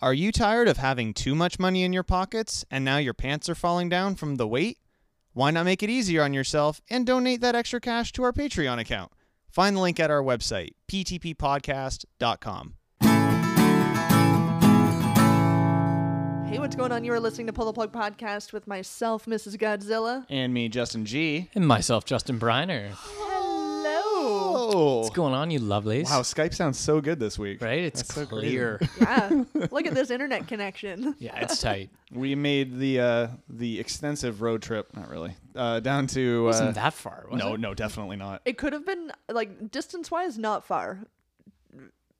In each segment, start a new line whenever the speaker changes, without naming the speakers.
Are you tired of having too much money in your pockets and now your pants are falling down from the weight? Why not make it easier on yourself and donate that extra cash to our Patreon account? Find the link at our website, ptppodcast.com.
Hey, what's going on? You are listening to Pull the Plug Podcast with myself, Mrs. Godzilla.
And me, Justin G.
And myself, Justin Briner.
Hello.
Oh,
What's going on, you lovelies?
wow, Skype sounds so good this week.
Right? It's
That's so
clear.
Yeah. Look at this internet connection.
yeah, it's tight.
We made the uh, the extensive road trip, not really, uh, down to. Uh,
Wasn't that far? Was
no,
it?
no, definitely not.
It could have been, like, distance wise, not far.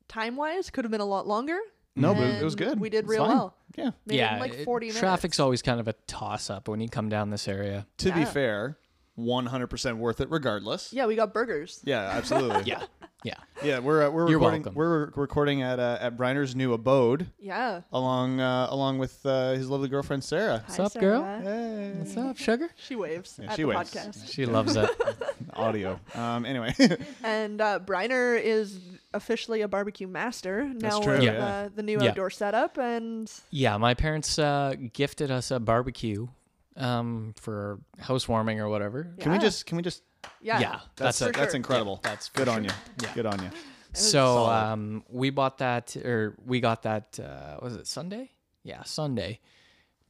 Time wise, could have been a lot longer.
No, but it was
and
good.
We did
It's
real
fine.
well.
Yeah.
Maybe
yeah,
in like
it-
40 minutes.
Traffic's always kind of a toss up when you come down this area.
To be
Yeah.
fair, 100% worth it regardless.
Yeah, we got burgers.
Yeah, absolutely.
Yeah. Yeah.
Yeah, we're uh, we're
You're
recording,
welcome.
we're re- recording at uh, at Briner's new abode
Yeah.
along uh, along with uh, his lovely girlfriend Sarah.
What's
Hi,
up, girl?
Sarah.
Hey.
What's up, sugar?
She waves
Yeah,
at
she
the
waves.
podcast.
She loves it.
Audio. Um. Anyway.
And uh, Briner is officially a barbecue master now
true,
with
Yeah.
uh, the new
Yeah.
outdoor setup. And
yeah, my parents uh, gifted us a barbecue um, for housewarming or whatever.
Can we
Yeah.
just can we just
yeah.
Yeah,
that's
that's
For
it.
that's
sure.
incredible.
Yeah, that's for
good on you.
sure. Yeah.
Good on you.
So
solid.
um, we bought that, or we got that. Uh, was it Sunday? Yeah, Sunday.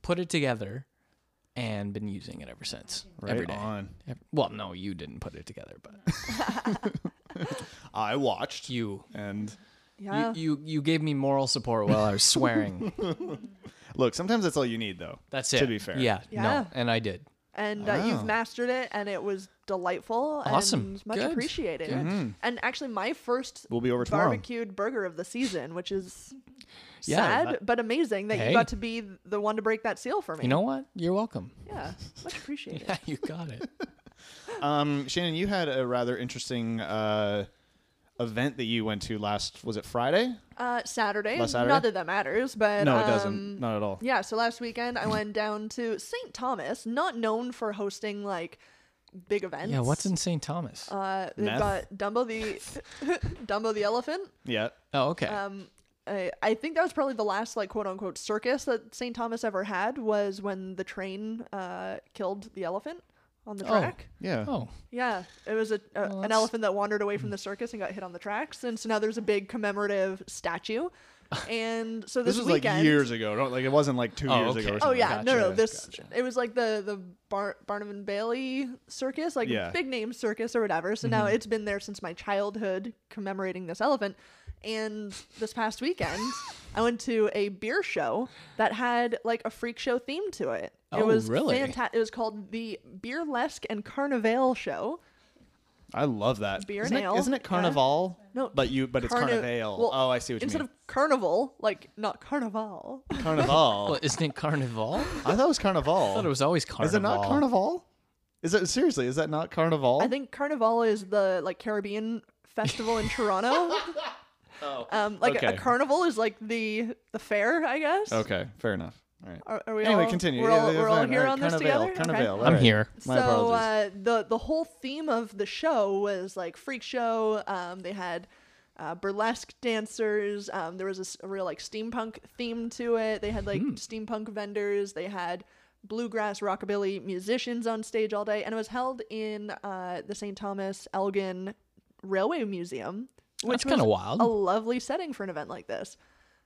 Put it together, and been using it ever since.
Right
every day.
on.
Ev- Well, no, you didn't put it together, but
I watched
you,
and
Yeah.
you, you, you gave me moral support while I was swearing.
look. Sometimes that's all you need though.
That's it.
To be fair. Oh.
yeah,
Yeah.
no, and I did.
and uh,
Wow.
you've mastered it and it was delightful
Awesome.
and much
Good.
appreciated
Good.
and actually my first
We'll be over tomorrow.
barbecued burger of the season which is
Yeah,
sad
that-
but amazing that
Hey.
you got to be the one to break that seal for me
You know what? You're welcome.
yeah much appreciated
Yeah, you got it.
Um. Shannon, you had a rather interesting uh event that you went to last. Was it Friday?
uh saturday,
Last Saturday?
not that that matters but
no, it
um,
doesn't. Not at all.
Yeah, so last weekend I went down to St. Thomas, not known for hosting like big events.
Yeah, what's in St. Thomas?
uh they've
Meth?
got Dumbo the Dumbo the elephant.
Yeah.
oh, okay.
um I, I think that was probably the last like quote unquote circus that St. Thomas ever had was when the train uh, killed the elephant on the
Oh.
track.
Yeah.
oh,
Yeah, it was a, a an
that's- Hmm.
elephant that wandered away from the circus and got hit on the tracks, and so now there's a big commemorative statue. And so this,
This was
weekend,
like years ago. Don't, like it wasn't like two
Oh,
years ago.
okay.
Or
Oh
something.
yeah, no, no,
Gotcha,
this
gotcha.
it was like the the Bar- Barnum and Bailey circus, like
Yeah.
big name circus or whatever. So
Mm-hmm.
now it's been there since my childhood, commemorating this elephant. And this past weekend, I went to a beer show that had like a freak show theme to it.
Oh,
it was
really?
Fanta- it was called the Beerlesque and Carnival Show.
I love that.
Beer
isn't,
and ale,
It, isn't it
yeah.
carnival?
No,
but you but it's
Carni-
carnival.
well,
oh, I see what you
Instead
mean.
of carnival, like not carnival.
carnival.
well, isn't it Carnival? I
I thought it was carnival.
thought it was always Carnival.
Is it not carnival? Is it seriously? Is that not carnival?
I think Carnival is the like Caribbean festival in Toronto. Um, like a,
okay.
a carnival is like the the fair, I guess.
Okay, fair enough. All right.
Are, are we
anyway,
all,
continue.
We're
Yeah,
all,
yeah,
we're all
fine.
here
right,
on this
carnival,
together.
Carnival.
Okay.
all
I'm
right.
here.
My
so
apologies.
uh, the the whole theme of the show was like freak show. Um, they had uh, burlesque dancers. Um, there was a s- a, real like steampunk theme to it. They had like
Hmm.
steampunk vendors. They had bluegrass rockabilly musicians on stage all day, and it was held in uh, the St. Thomas Elgin Railway Museum, which
That's kinda
was
wild.
A lovely setting for an event like this,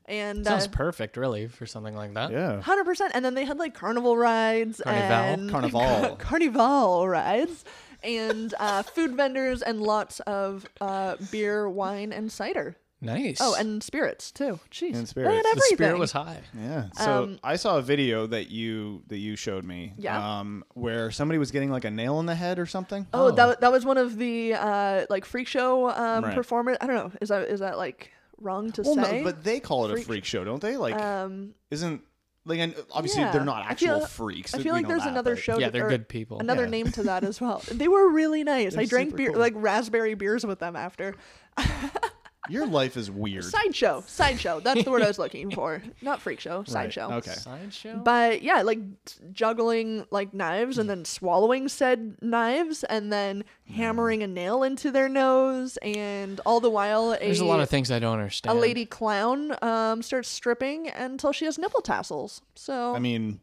and
Sounds
uh,
perfect, really, for something like that.
Yeah.
Hundred percent. And then they had like carnival rides
Carnival?
and
Carnival.
carnival rides, and uh, food vendors and lots of uh, beer, wine, and cider.
Nice.
Oh, and spirits too.
And
Jeez, They had
spirits.
the
everything.
spirit was high.
Yeah. So
Um,
I saw a video that you that you showed me.
Yeah.
Um, where somebody was getting like a nail in the head or something.
oh, that wa- that was one of the uh, like freak show um,
Right.
performers. I don't know. Is that is that like wrong to
Well,
say?
no, but they call it a
Freak-
freak show, don't they? Like,
um,
isn't like and obviously
yeah.
they're not
I
actual
feel-
freaks.
I feel
we
like
know
there's
that,
another
but-
show.
Yeah,
that-
they're
or
good people.
Another
Yeah.
name to that as well. They were really nice.
They're
I drank
super
beer,
cool.
like raspberry beers with them after.
Your life is weird.
Sideshow. Sideshow. That's the word I was looking for. Not freak show. Sideshow.
Okay.
Sideshow.
But yeah, like juggling like knives and then swallowing said knives and then
Hmm.
hammering a nail into their nose and all the while a,
There's a lot of things I don't
a
understand.
lady clown um, starts stripping until she has nipple tassels. So
I mean,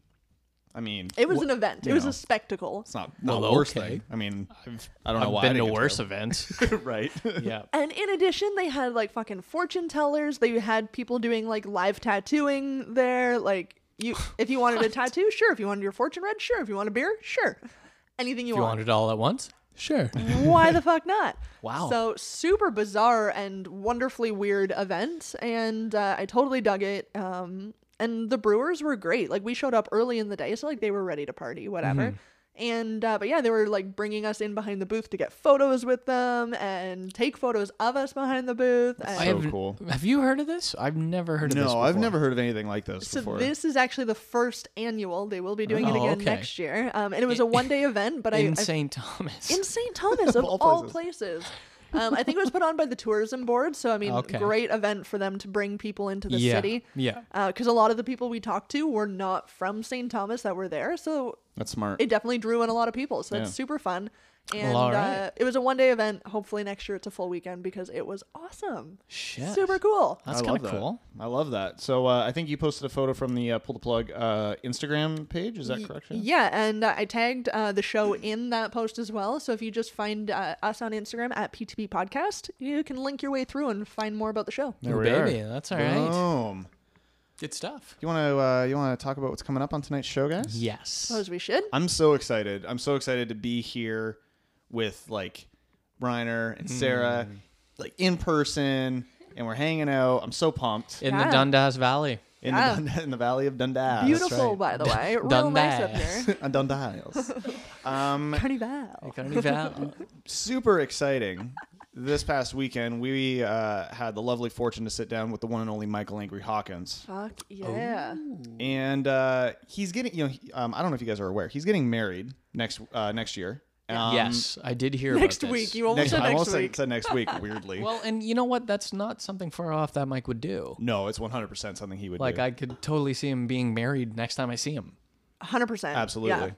I mean,
it was
wh-
an event. It
you
was
know.
a spectacle.
It's not not
Well,
the worst
okay.
thing. I mean, I've, I don't know
I've
why. I
been to
didn't
worse
get
events.
to it. right?
yeah.
And in addition, they had like fucking fortune tellers. They had people doing like live tattooing there. Like you, if you wanted a tattoo, sure. If you wanted your fortune read, sure. If you want a beer, sure. Anything you,
You
want.
want it all at once? Sure.
Why the fuck not?
Wow.
So super bizarre and wonderfully weird event, and uh, I totally dug it. Um, and the Brewers were great. Like we showed up early in the day, so like they were ready to party, whatever. And uh, but yeah, they were like bringing us in behind the booth to get photos with them and take photos of us behind the booth.
So
I
And
have,
cool.
Have you heard of this? I've never heard of this.
No, I've
before.
never heard of anything like this
so
before.
this is actually the first annual. They will be doing it
Oh,
again
okay.
next year. Um, and it was a one day event, but I,
In
I
St. Thomas.
in St. Thomas of
all
all places. Um, I think it was put on by the tourism board, so I mean,
Okay.
great event for them to bring people into the
yeah.
city.
Yeah.
Because a lot of the people we talked to were not from St. Thomas that were there, so
That's smart.
it definitely drew in a lot of people. So that's
Yeah.
super fun. And
all
uh,
right.
it was a one day event. Hopefully next year it's a full weekend because it was awesome.
Shit.
Super cool.
That's
I
kind
love
of
that.
cool.
I love that. So uh, I think you posted a photo from the uh, pull the plug uh, Instagram page. Is that correct? Shannon?
Yeah, and uh, I tagged uh, the show in that post as well. So if you just find uh, us on Instagram at PTP Podcast, you can link your way through and find more about the show.
There
Ooh,
we are.
Oh, baby. That's all right.
Boom.
Good stuff.
You want to uh, you want to talk about what's coming up on tonight's show, guys?
Yes.
Suppose we should.
I'm so excited. I'm so excited to be here with like Reiner
Mm.
and Sarah, like in person, and we're hanging out. I'm so pumped
In
Yeah.
the Dundas Valley.
in,
Yeah.
the Dund- in the Valley of Dundas.
Beautiful,
right.
by the way. Real nice up
Dundas.
here.
on Dundas. um,
Carnival.
Kearney Valley.
super exciting. This past weekend, we uh, had the lovely fortune to sit down with the one and only Michael Angry Hawkins,
Fuck yeah.
and uh, he's getting. You know, he- um, I don't know if you guys are aware, he's getting married next uh, next year. Um,
yes, I did hear about
Next
this.
week. You almost
next,
said
I almost
next
said,
week.
said next week. Weirdly,
Well, and you know what? That's not something far off that Mike would do.
no, it's 100 percent something he would
Like
do.
I could totally see him being married next time I see him.
100%.
absolutely.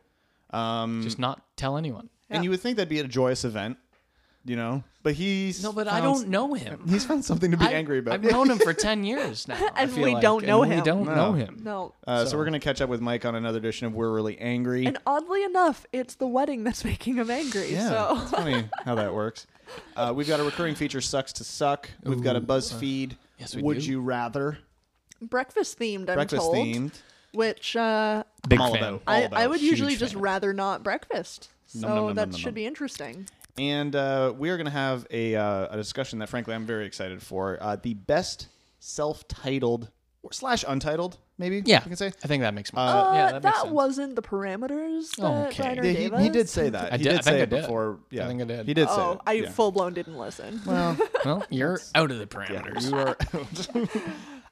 Yeah.
Um,
Just not tell anyone.
yeah.
And you would think that'd be a joyous event, you know, but he's
No, but I
found-
don't know him.
He's found something to be
I-
angry about.
I've known him for ten years now, I
And
feel
we
like,
don't know
and
him.
We don't
No.
know him.
No.
Uh, so. we're gonna catch up with Mike on another edition of We're Really Angry.
And oddly enough, it's the wedding that's making him angry.
yeah,
So
it's funny how that works. Uh, we've got a recurring feature, "Sucks to Suck." We've got a BuzzFeed.
yes, we
Would
do.
you rather
breakfast themed, I'm
breakfast
told.
themed?
Which uh,
Big
all
fan.
about.
I,
about.
I would
Huge
usually just
fan.
rather not breakfast. So
Nom, nom, nom,
that
nom, nom,
should
nom.
be interesting.
And uh, we are gonna have a uh, a discussion that, frankly, I'm very excited for. Uh, the best self-titled or slash untitled, maybe.
Yeah,
you can say.
I think that makes more.
Uh,
Uh,
yeah, that
that
makes sense.
wasn't the parameters that
Okay.
Reiner
Yeah, he,
gave
he
us.
did say that.
I
he
did-
did,
I think
say
I
it
did.
before. Yeah,
think I did.
He did say
Oh,
it.
I
yeah.
full blown didn't listen.
Well,
well, you're out of the
yeah,
parameters.
you are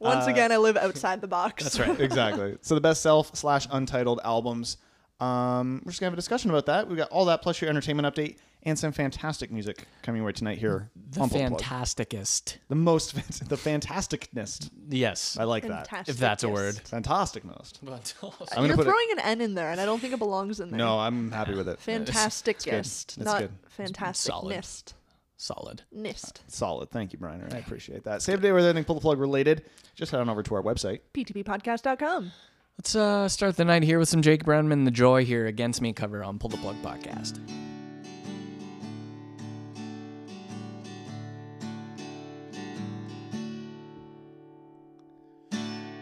Once again, I live outside the box.
That's right.
uh, exactly. So the best self slash untitled albums. Um, we're just gonna have a discussion about that. We've got all that plus your entertainment update and some fantastic music coming your way tonight here.
The
on Pull Plug.
fantasticest.
the most, fant- the fantasticness.
Yes,
I like that.
Fantastic.
if that's a word.
Fantasticness.
But
I'm gonna
You're
put it-
throwing an N in there, and I don't think it belongs in there.
No, I'm happy with it.
Fantasticist,
It's
not
good.
fantastic
solid.
nist.
solid.
Nist.
Solid. Thank you, Brian. I appreciate that. Save a day with anything pull the plug related. Just head on over to our website.
PTPpodcast.com.
Let's uh, start the night here with some Jake Brownman, The Joy here, Against Me cover on Pull the Plug Podcast.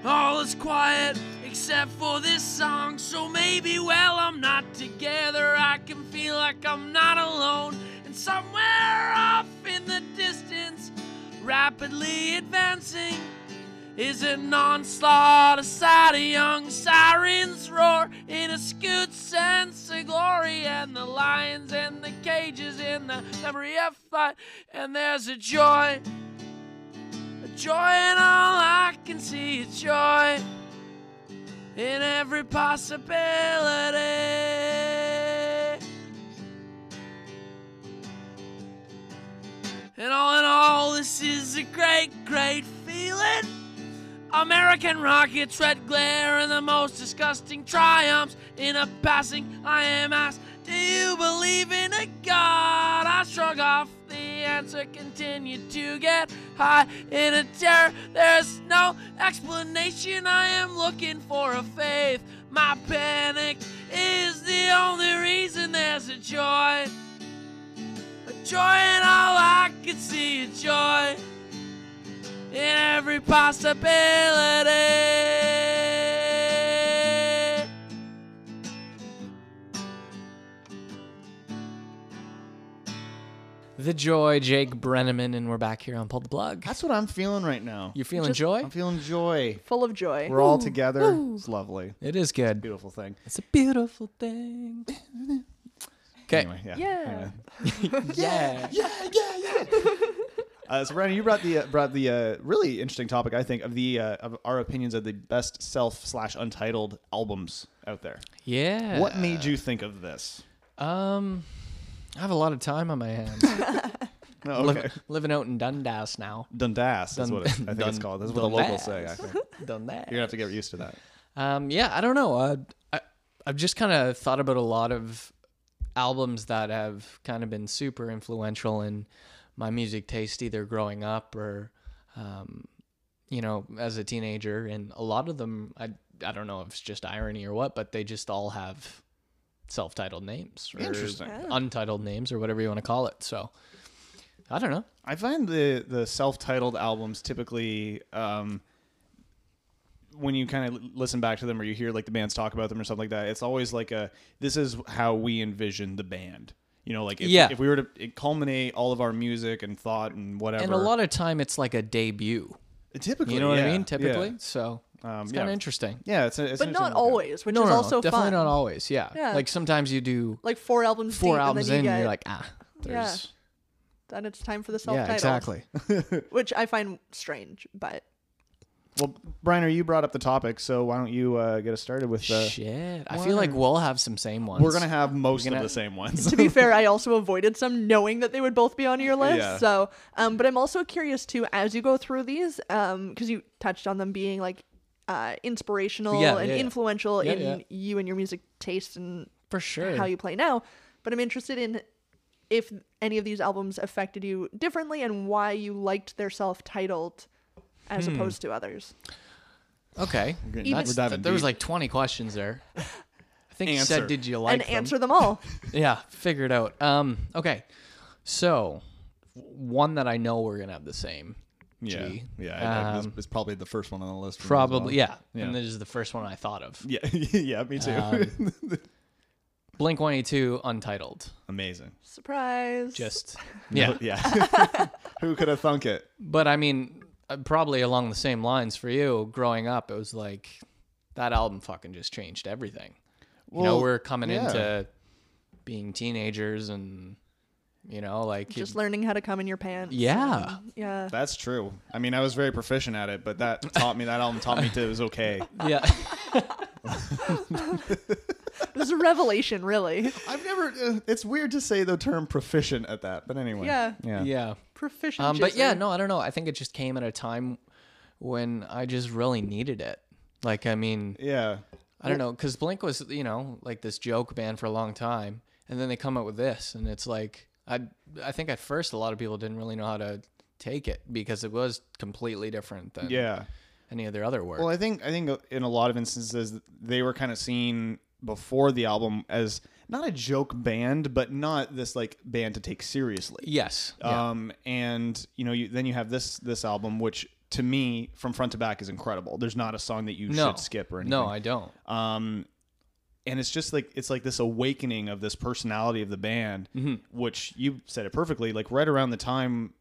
All is quiet except for this song, so maybe, well, I'm not together. I can feel like I'm not alone, and somewhere off in the distance, rapidly advancing. Is an onslaught aside a young siren's roar in a skewed sense of glory and the lions and the cages in the memory of fight and there's a joy a joy in all I can see a joy in every possibility and all in all, this is a great, great feeling. American rockets, red glare, and the most disgusting triumphs. In a passing, I am asked, Do you believe in a God? I shrug off the answer, continued to get high in a terror. There's no explanation, I am looking for a faith. My panic is the only reason there's a joy. A joy in all I can see, a joy in every possibility.
The Joy, Jake Brenneman, and we're back here on Pull the Plug.
That's what I'm feeling right now.
You feeling
Just-
joy?
I'm feeling joy.
Full of joy.
We're all together. It's lovely.
It is good.
Beautiful thing.
It's a beautiful thing. Okay.
Anyway, yeah.
Yeah.
Anyway.
Yeah.
Uh, so, Brandon, you brought the uh, brought the uh, really interesting topic, I think, of the uh, of our opinions of the best self slash untitled albums out there.
Yeah.
What made you think of this?
Um, I have a lot of time on my hands.
Oh,
Liv-
okay.
living out in Dundas now.
Dundas is what it, I think it's
Dun-
called. That's what the locals say. I
Dundas.
think.
Dundas.
You're gonna have to get used to that.
Um, yeah, I don't know. Uh, I, I've just kind of thought about a lot of albums that have kind of been super influential in my music taste, either growing up or, um, you know, as a teenager. And a lot of them, I, I don't know if it's just irony or what, but they just all have self titled names or
Interesting.
Yeah.
untitled names or whatever you want to call it. So I don't know.
I find the the self titled albums typically. Um, when you kind of listen back to them or you hear like the bands talk about them or something like that, it's always like a this is how we envision the band. You know, like if,
Yeah.
if we were to culminate all of our music and thought and whatever.
And a lot of time it's like a debut.
typically,
You know what
yeah,
I mean?
yeah.
Typically. So
Um,
it's kind of
yeah.
interesting.
Yeah, it's, a, it's
but
an interesting
not
look at it.
always, which
no,
is
no,
also
definitely
fun.
not always. Yeah.
Yeah.
like sometimes you do
Like four albums
four
deep,
albums
and then
in,
you
and
get,
you're like, ah, there's
then it's time for the
yeah,
self-titled.
exactly.
Which I find strange, but
Well, Brian, you brought up the topic, so why don't you uh, get us started with the?
Shit, I feel like we'll have some same ones.
We're gonna have most
gonna-
of the same ones.
to be fair, I also avoided some knowing that they would both be on your list.
Yeah.
So, um, but I'm also curious too as you go through these, um, because you touched on them being like uh, inspirational
Yeah,
and
yeah, yeah.
influential
Yeah,
in
yeah.
you and your music taste and
for sure.
how you play now. But I'm interested in if any of these albums affected you differently and why you liked their self-titled as
Hmm.
opposed to others.
okay,
getting-
That's-
we're diving
there was like
deep.
20 questions there. I think you said,
Answer.
did you like
and
them?
answer them all.
Yeah, figure it out. Um, okay, so w- one that I know we're gonna have the same.
yeah,
Gee.
yeah. I- I- this is probably the first one on the list. for me as
Um, Probably,
well.
yeah. And this is the first one I thought of. Um,
yeah, yeah, yeah. Me too.
Blink 182, Untitled.
Amazing.
Surprise.
Just yeah,
yeah. Who could have thunk it?
But I mean, uh, probably along the same lines for you. Growing up, it was like that album fucking just changed everything. you know,
Well,
we're coming
yeah.
into being teenagers, and you know, like
just learning how to come in your pants.
yeah,
and- yeah.
That's true. I mean, I was very proficient at it, but that taught me that album taught me to it was okay.
yeah.
It was a revelation, really.
I've never. Uh, it's weird to say the term proficient at that, but anyway.
Yeah.
Yeah.
yeah.
Proficient.
Um, but yeah,
jizzing.
no, I don't know. I think it just came at a time when I just really needed it. Like, I mean,
Yeah.
I don't know, because Blink was, you know, like this joke band for a long time, and then they come out with this, and it's like I, I think at first a lot of people didn't really know how to take it because it was completely different than
Yeah.
any of their other work.
Well, I think I think in a lot of instances they were kind of seen before the album as not a joke band, but not this like band to take seriously.
yes, yeah.
Um, and you know, you, then you have this this album, which to me from front to back is incredible. There's not a song that you
no
should skip or anything.
No, I don't.
um and it's just like it's like this awakening of this personality of the band
Mm-hmm.
which you said it perfectly like right around the time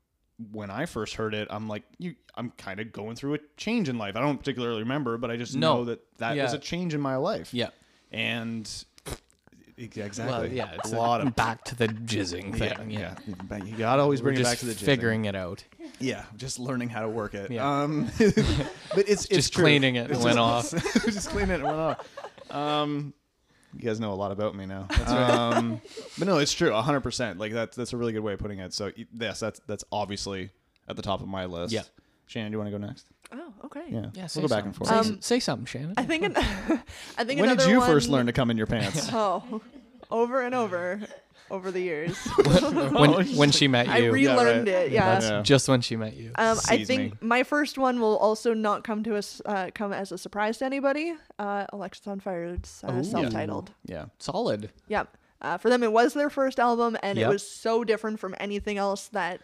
when i first heard it i'm like you i'm kind of going through a change in life i don't particularly remember but i just
No.
know that that is
Yeah.
a change in my life
Yeah.
and e-, exactly
Well, yeah, it's
a lot of
back to the jizzing thing. Yeah,
yeah, yeah. you gotta always bring it
just
back to the jizzing.
figuring it out,
yeah just learning how to work it
Yeah.
um but it's it's
just
true.
cleaning it, and went off.
just clean it and went off. Um, you guys know a lot about me now. um, but no, it's true, hundred percent. Like that's that's a really good way of putting it. So y- yes, that's that's obviously at the top of my list.
Yeah.
Shannon, do you want to go next?
Oh, okay.
Yeah.
Yeah, say
we'll go back
something.
and forth.
Say, s- say something, Shannon.
Um, I think. An- I think.
when did
another
you
one-
first learn to come in your pants?
Oh, over and over, over the years.
when,
Oh,
when she met you.
I relearned
right.
it. Yeah.
Yeah.
Just when she met you.
Um, I
Sees
think my first one will also not come to us uh, come as a surprise to anybody. Uh, Alexis on Fire, it's
Oh,
uh, self-titled.
yeah.
Oh, Solid.
Yep. Uh, for them, it was their first album, and
Yep.
it was so different from anything else that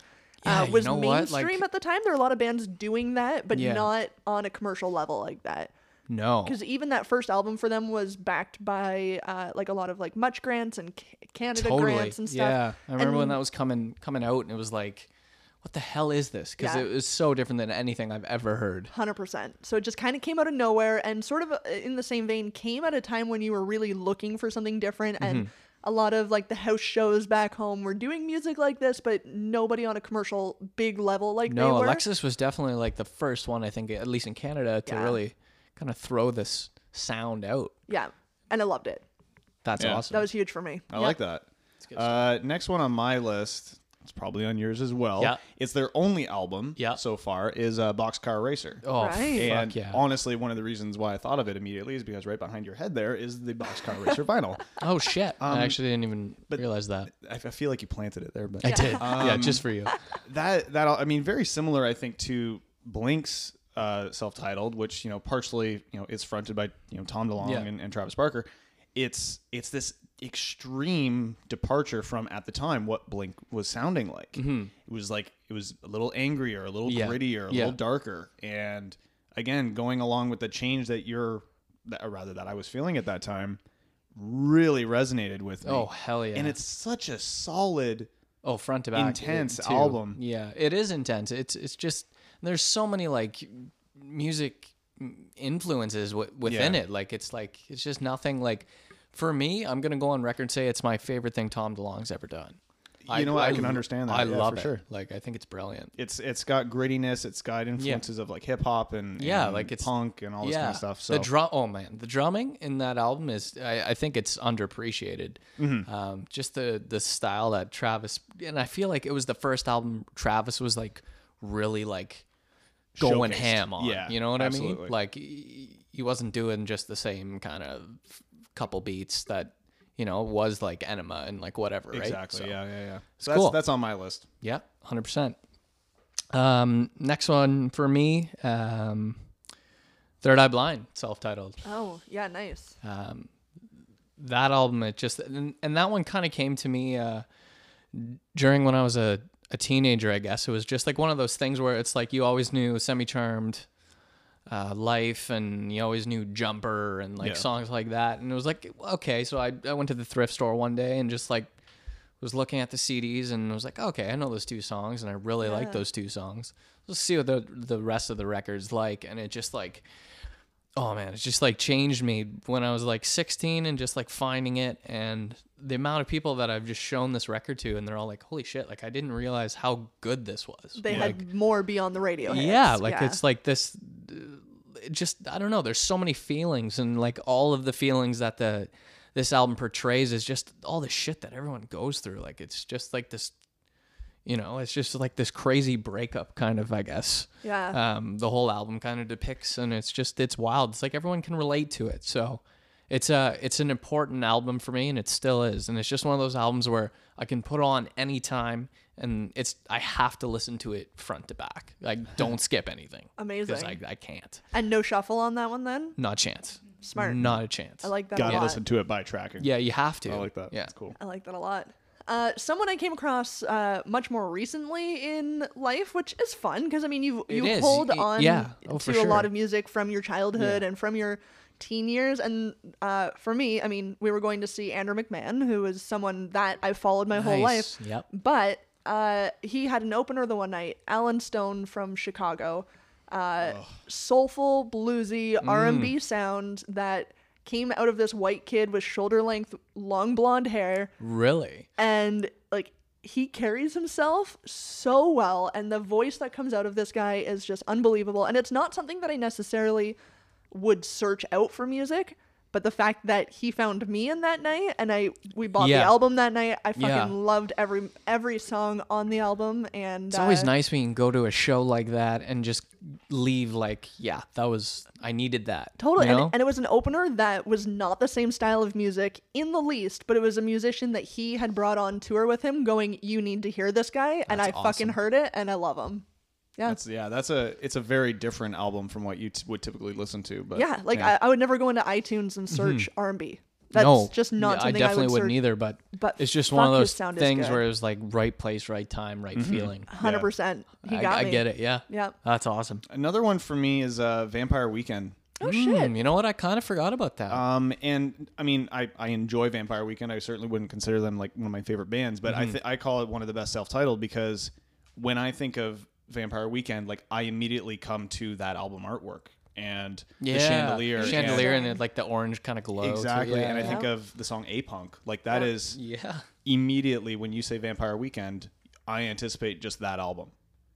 Yeah,
uh,
you
was
know what, like-
mainstream at the time. There were a lot of bands doing that, but
Yeah.
not on a commercial level like that.
No.
Because even that first album for them was backed by uh, like a lot of like Much grants and C- Canada
Totally.
grants and stuff.
Yeah. I remember when
And-
that was coming coming out and it was like, what the hell is this? Because
Yeah.
it was so different than anything I've ever heard.
Hundred percent. So it just kind of came out of nowhere, and sort of uh, in the same vein, came at a time when you were really looking for something different, and
Mm-hmm.
a lot of like the house shows back home were doing music like this, but nobody on a commercial big level like they
No,
were.
Alexis was definitely like the first one I think, at least in Canada, to
Yeah.
really kind of throw this sound out.
Yeah, and I loved it.
That's
Yeah.
awesome.
That was huge for me.
I like that. Uh, next one on my list, it's probably on yours as well.
Yeah.
It's their only album
Yeah.
so far is uh, Boxcar Racer.
oh,
Right.
fuck
and
yeah.
honestly, one of the reasons why I thought of it immediately is because right behind your head there is the Boxcar Racer vinyl.
Uh,
oh shit.
Um,
I actually didn't even realize that.
I, I feel like you planted it there, but
I did. yeah, just for you.
Um, that that I mean, very similar, I think, to Blink's uh, self-titled, which you know, partially you know, is fronted by you know Tom DeLonge
Yeah.
and, and Travis Barker. It's it's this extreme departure from at the time what Blink was sounding like. It was like it was a little angrier, a little
Mm-hmm. Yeah.
grittier, a
Yeah.
little darker, and again, going along with the change that you're, that, or rather that I was feeling at that time, really resonated with me.
Oh, hell yeah.
And it's such a solid.
Oh, front to back,
Intense
too.
album.
Yeah, it is intense. It's it's just there's so many like music influences w- within
Yeah.
it. Like it's like it's just nothing like. For me, I'm gonna go on record and say it's my favorite thing Tom DeLonge's ever done.
You know what? I can understand that.
I
Yeah,
love
for
it.
sure.
Like I think it's brilliant.
it's it's got grittiness. It's got influences of like hip hop and
Yeah,
and
like it's-
punk and all this
yeah,
kind of stuff. So
the drum. Oh man, the drumming in that album is. I, I think it's underappreciated.
Mm-hmm.
Um, just the the style that Travis and I feel like it was the first album Travis was like really like going
Showcased.
ham on.
Yeah,
you know what I
absolutely.
mean? Like he he wasn't doing just the same kind of couple beats that you know was like Enema and like whatever. Right?
exactly,
So-
yeah, yeah, yeah. So that's
cool.
that's on my list.
yeah, hundred percent. Um, next one for me, um, Third Eye Blind, self-titled.
Oh yeah, nice.
Um, That album, it just and, and that one kind of came to me uh, during when I was a, a teenager. I guess it was just like one of those things where it's like you always knew Semi Charmed, uh, Life, and you always knew Jumper and like
Yeah.
songs like that. And it was like okay, so I I went to the thrift store one day and just like was looking at the CDs and was like, okay, I know those two songs and I really like those two songs. Let's see what the the rest of the record's like. And it just like, oh man, it just like changed me when I was like 16 and just like finding it and the amount of people that I've just shown this record to and they're all like, holy shit, like I didn't realize how good this was.
They had more beyond the radio. Hits.
Yeah, like it's like this. uh, it Just I don't know. There's so many feelings, and like all of the feelings that the this album portrays is just all the shit that everyone goes through. Like it's just like this, you know, it's just like this crazy breakup kind of, I guess.
yeah,
Um, the whole album kind of depicts, and it's just it's wild. It's like everyone can relate to it. So it's a it's an important album for me, and it still is. And it's just one of those albums where I can put on anytime, and it's I have to listen to it front to back. Like don't skip anything. 'Cause
amazing.
I, I can't.
and no shuffle on that one then.
Not a chance.
Smart.
Not a chance.
I like that.
Gotta
a lot.
listen to it by tracking.
Yeah, you have to.
I like that.
Yeah,
it's cool.
I like that a lot. Uh, someone I came across uh, much more recently in life, which is fun because I mean you you
is.
hold
Y-
on
yeah. Oh, for
to a lot
sure.
of music from your childhood and from your teen years. And uh, for me, I mean, we were going to see Andrew McMahon, who is someone that I followed my whole
Nice.
life.
Yep.
But uh, he had an opener the one night. Alan Stone from Chicago, uh, soulful bluesy R and B sound that came out of this white kid with shoulder length, long blonde hair
Really?
and like he carries himself so well and the voice that comes out of this guy is just unbelievable and it's not something that i necessarily would search out for music But the fact that he found me in that night and I we bought
Yeah.
the album that night, I fucking
Yeah.
loved every every song on the album and uh,
It's always nice when you can go to a show like that and just leave like, yeah, that was I needed that.
Totally.
You
And,
know?
and it was an opener that was not the same style of music in the least, but it was a musician that he had brought on tour with him going, You need to hear this guy. and I
That's
fucking
awesome.
heard it and I love him. Yeah.
That's yeah. That's a it's a very different album from what you t- would typically listen to. But
yeah. Like I, I would never go into iTunes and search R&B. That's
Mm-hmm. no,
just
yeah,
not
I
something I,
definitely
would
wouldn't
search.
either. But
but
it's just
fuck,
one of
his
those
sound is
things
good.
where it was like right place, right time, right feeling.
100%. He
I,
got
I
me.
get it. Yeah. Uh,
Yep.
That's awesome.
another one for me is uh, Vampire Weekend.
Oh, shit.
Mm, you know what? I kind of forgot about that.
Um, and I mean, I, I enjoy Vampire Weekend. I certainly wouldn't consider them like one of my favorite bands, but
Mm-hmm.
I th- I call it one of the best self-titled because when I think of Vampire Weekend, like I immediately come to that album artwork and
yeah.
the chandelier, and-
chandelier, and, it, like the orange kind of glow. to it,
exactly.
yeah.
And I
yeah.
think of the song A Punk. Like that is
yeah.
immediately when you say Vampire Weekend, I anticipate just that album.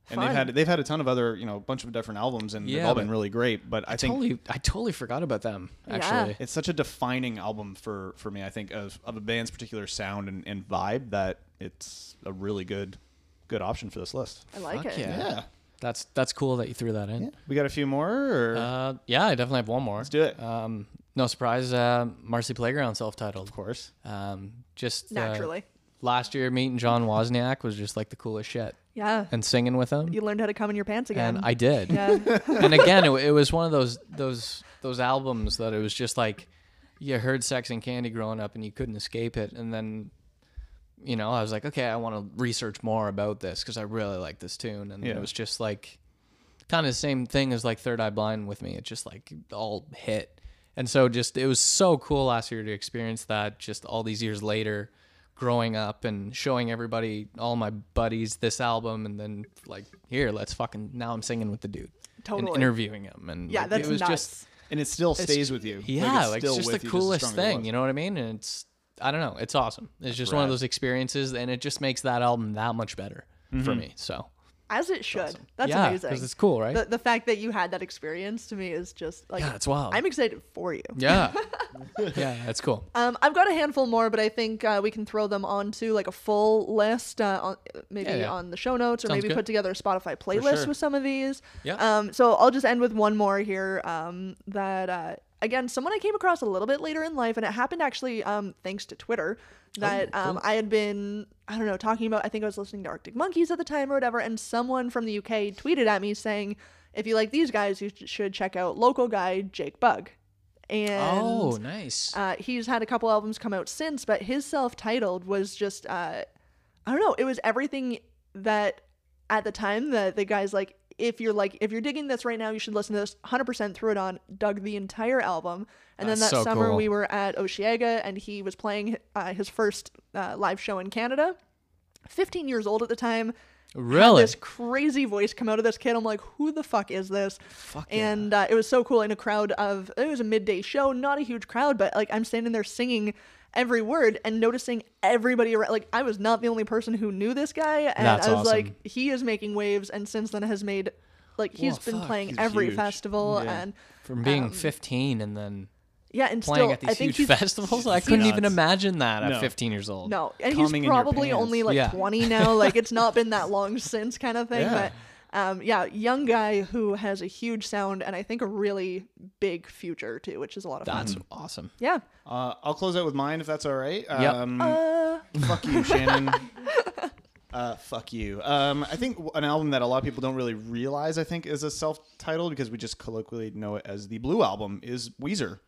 And
Fun.
they've had they've had a ton of other you know a bunch of different albums and they've
Yeah,
all been
but-
really great. But I think
Totally, I totally forgot about them. Actually,
it's such a defining album for for me. I think of of a band's particular sound and, and vibe that it's a really good good option for this list.
I like
Fuck
it.
yeah. that's that's cool that you threw that in.
we got a few more. Or?
Uh, yeah, I definitely have one more. Let's
do it.
Um, no surprise, uh, Marcy Playground self-titled.
of course,
Um, just uh,
Naturally.
last year, meeting John Wozniak was just like the coolest shit,
Yeah.
and singing with him,
you learned how to come in your pants again.
and I did.
yeah.
and again, it, it was one of those those those albums that it was just like you heard Sex and Candy growing up, and you couldn't escape it, and then. You know, I was like, okay, I want to research more about this because I really like this tune, and
Yeah.
it was just like kind of the same thing as like Third Eye Blind with me. It just like all hit. And so just it was so cool last year to experience that just all these years later growing up and showing everybody all my buddies this album and then like here let's fucking now I'm singing with the dude
Totally.
and interviewing him and
yeah,
like,
that's
it was
nuts.
just
and it still stays with you.
yeah like, it's just
with
the
you as
coolest
strong as it
thing
was.
you know what I mean and it's I don't know it's awesome it's just one of
rad.
those experiences and it just makes that album that much better for
Mm-hmm.
me so
As it should. That's
yeah
amazing.
because it's cool right
the, the fact that you had that experience to me is just like
Yeah, it's wild.
I'm excited for you.
yeah yeah that's cool
Um, I've got a handful more, but I think uh, we can throw them onto like a full list, uh, on, maybe
Yeah, yeah.
on the show notes, or
Sounds
maybe
good.
put together a Spotify playlist
sure.
with some of these.
Yeah.
Um, so I'll just end with one more here. Um, that uh, again, someone I came across a little bit later in life, and it happened actually um, thanks to Twitter.
Oh,
That um, I had been, I don't know, talking about. I think I was listening to Arctic Monkeys at the time or whatever, and someone from the UK tweeted at me saying, "If you like these guys, you should check out local guy Jake Bug." And
oh nice
uh, he's had a couple albums come out since, but his self-titled was just uh, I don't know. It was everything that at the time that the guys like if you're like if you're digging this right now, you should listen to this 100% through it on dug the entire album. And then
That's
that
so
summer
cool.
we were at Oshiega and he was playing uh, his first uh, live show in Canada. 15 years old at the time had
Really?
this crazy voice come out of this kid. I'm like, who the fuck is this? and uh, it was so cool in a crowd of it was a midday show, not a huge crowd, but like I'm standing there singing every word and noticing everybody around. Like I was not the only person who knew this guy, and
That's
I was
awesome.
like, he is making waves, and since then has made like he's
Whoa,
been
fuck,
playing
he's
every
huge.
festival and um,
From being 15 and then
yeah, and
playing
still
at
I
these
think
huge
he's-
festivals, I couldn't even
nuts.
imagine that at
No.
15 years old.
No, and
Coming in
he's
your
probably
pants.
only like
Yeah.
20 now. Like it's not been that long since, kind of thing.
Yeah.
But um, yeah, young guy who has a huge sound and I think a really big future too, which is a lot of
That's
fun.
awesome.
Yeah.
Uh, I'll close out with mine if that's all right.
Yep.
Um,
Uh,
fuck you, Shannon. Uh, fuck you. Um, I think w- an album that a lot of people don't really realize, I think, is a self-titled because we just colloquially know it as the Blue Album. Is Weezer?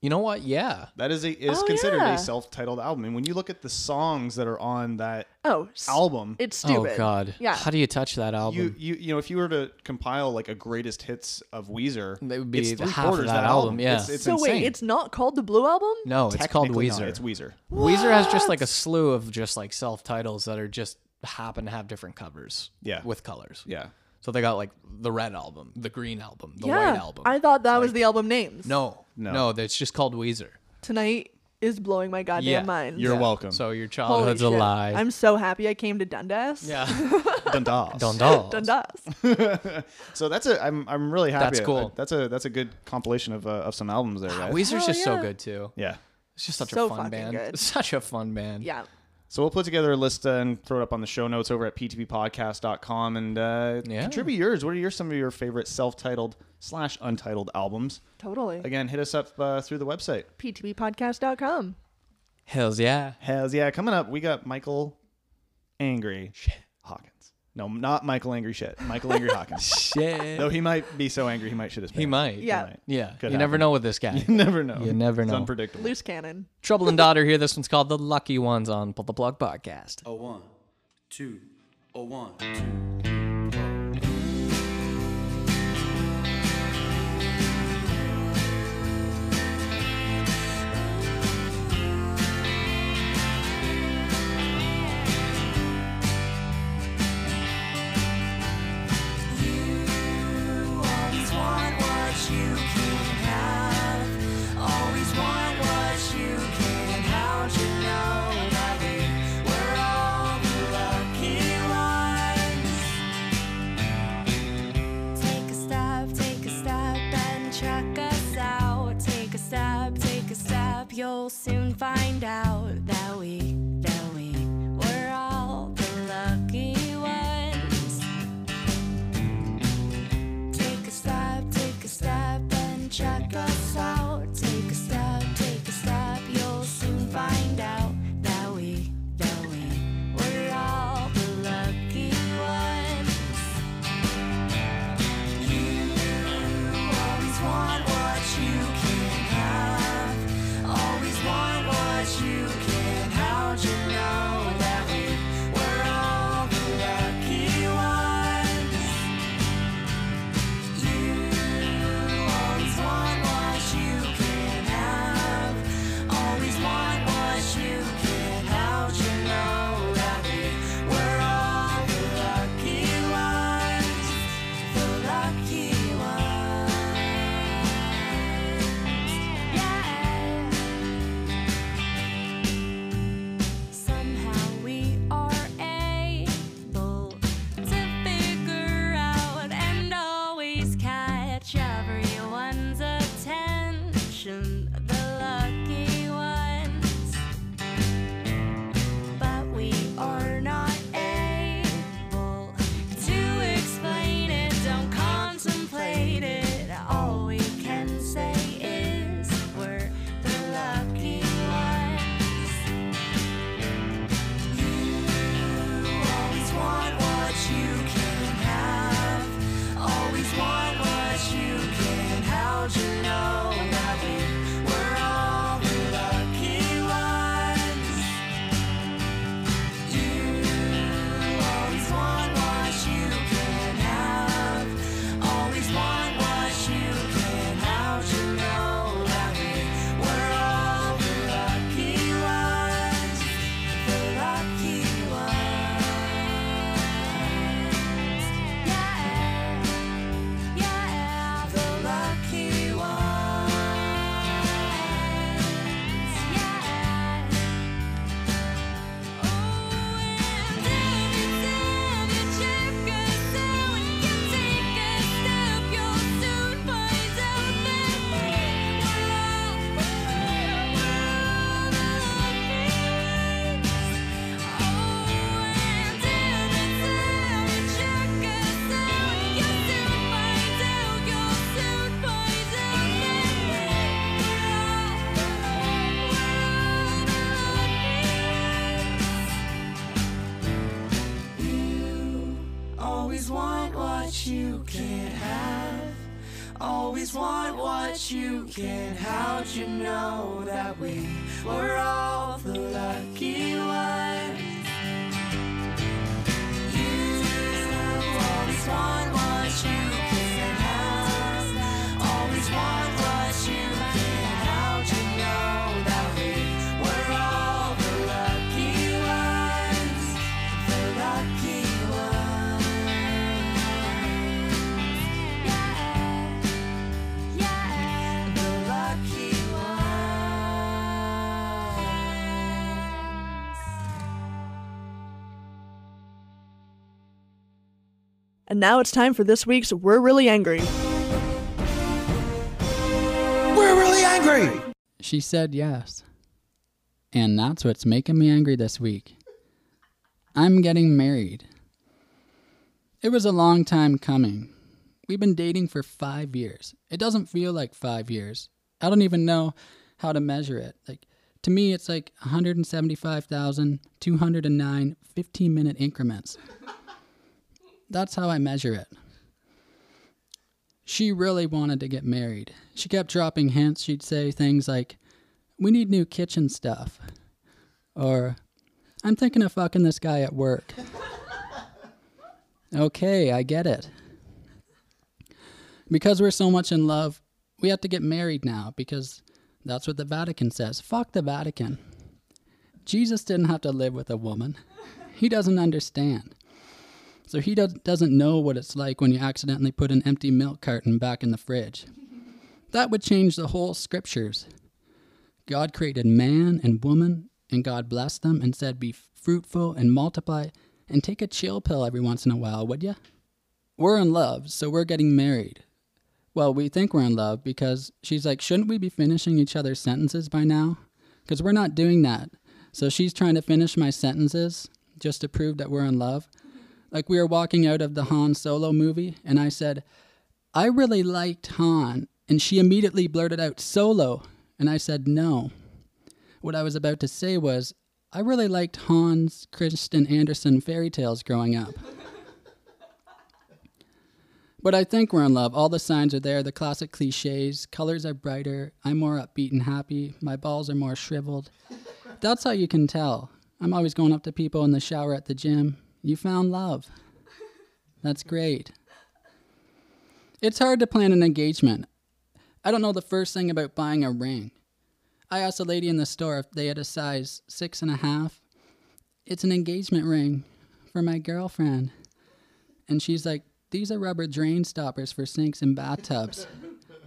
You know what? Yeah.
That is a, is
Oh,
considered
yeah.
a self-titled album. And when you look at the songs that are on that
oh, s-
album,
it's stupid.
Oh, God.
Yeah.
How do you touch that
you
album?
you you know if you were to compile like a greatest hits of Weezer,
That would be
it's three
half of
quarters
that
that
album, yeah.
it's, it's
so wait,
insane.
it's not called the Blue Album?
no, it's called
Technically
Weezer.
not, It's Weezer.
Weezer has just like a slew of just like self titles that are just happen to have different covers
Yeah.
with colors.
Yeah,
So they got like the red album, the green album, the
yeah.
white album.
I thought that was the album names.
no, no,
No.
that's just called Weezer.
Tonight is blowing my goddamn
Yeah,
mind.
You're
Yeah.
welcome.
So your
Holy
childhood's a
shit.
lie.
I'm so happy I came to Dundas.
yeah.
Dundas.
Dundalls.
Dundas.
So that's a. I'm I'm really happy.
That's cool. Ah,
I- that's a that's a good compilation of uh, of some albums there, guys.
Weezer's
Hell
just so
yeah.
good too.
yeah.
It's just such
So
a fun
fucking
band.
good.
Such a fun band.
yeah.
So we'll put together a list uh, and throw it up on the show notes over at ptppodcast.com and uh,
Yeah.
contribute yours. What are your some of your favorite self-titled slash untitled albums?
Totally.
Again, hit us up uh, through the website.
PTBpodcast.com.
Hells yeah.
Hells yeah! Coming up, we got Michael Angry Hawkins. No, not Michael Angry Shit. Michael Angry Hawkins.
Shit.
Though he might be so angry, he might shit his pants.
He might.
Yeah.
Right.
Yeah.
Could
you never
happen.
know with this guy.
You never know.
You never
It's
know.
unpredictable.
Loose cannon.
Trouble and Daughter here. This one's called The Lucky Ones on Pull the Plug Podcast.
A Oh, one, two, a one, two.
Always want what you can have. Always want what you can. How'd you know that we were all the lucky ones? Take a step, take a step, and check us out. Take a step, take a step. You'll soon find out that we, that we were all the lucky ones. Take a step, take a step, and check us out. Take a step, take a step, you'll soon find out that we, that we, we're all the lucky ones. You always want what you can have. Always want what you can. How'd you know that we were all the lucky ones? Always want what you can have. Always want what you can. How'd you know that we were all the lucky ones? The lucky ones. Yeah. Somehow we are able to figure out and always catch everyone's attention, the lucky ones. But we are not able to explain it, don't contemplate it. All we can say is we're the lucky ones. Always want what you can have. Always want what you can. How'd you know that we were all the lucky ones? You always want what you can have. Always want what you can. How'd you know that we were all the lucky ones? The lucky ones, yeah, yeah. The lucky ones, yeah. Oh, and every time you check us out, you take a step, you'll soon find out that we're all, we're all the lucky ones. Always want what you can't have. Always want what you can. How'd you know that we were all the lucky ones? You always want what you can have. Always want what you can. How'd you know that we were all the lucky ones? The lucky ones. Yeah. Yeah, the lucky one.
And now it's time for this week's We're Really Angry.
She said yes. And that's what's making me angry this week. I'm getting married. It was a long time coming. We've been dating for five years. It doesn't feel like five years. I don't even know how to measure it. Like, to me, it's like 175,209 15 minute increments. That's how I measure it. She really wanted to get married. She kept dropping hints. She'd say things like, We need new kitchen stuff. Or, I'm thinking of fucking this guy at work. okay, I get it. Because we're so much in love, we have to get married now because that's what the Vatican says. Fuck the Vatican. Jesus didn't have to live with a woman, he doesn't understand. So he does, doesn't know what it's like when you accidentally put an empty milk carton back in the fridge. That would change the whole scriptures. God created man and woman, and God blessed them and said, Be fruitful and multiply, and take a chill pill every once in a while, would ya? We're in love, so we're getting married. Well, we think we're in love because she's like, Shouldn't we be finishing each other's sentences by now? Because we're not doing that. So she's trying to finish my sentences just to prove that we're in love like we were walking out of the Han Solo movie, and I said, I really liked Han. And she immediately blurted out, Solo. And I said, No. What I was about to say was, I really liked Hans Christian Andersen fairy tales growing up. but I think we're in love. All the signs are there, the classic cliches. Colors are brighter. I'm more upbeat and happy. My balls are more shriveled. That's how you can tell. I'm always going up to people in the shower at the gym. You found love. That's great. It's hard to plan an engagement. I don't know the first thing about buying a ring. I asked a lady in the store if they had a size six and a half. It's an engagement ring for my girlfriend. And she's like, These are rubber drain stoppers for sinks and bathtubs.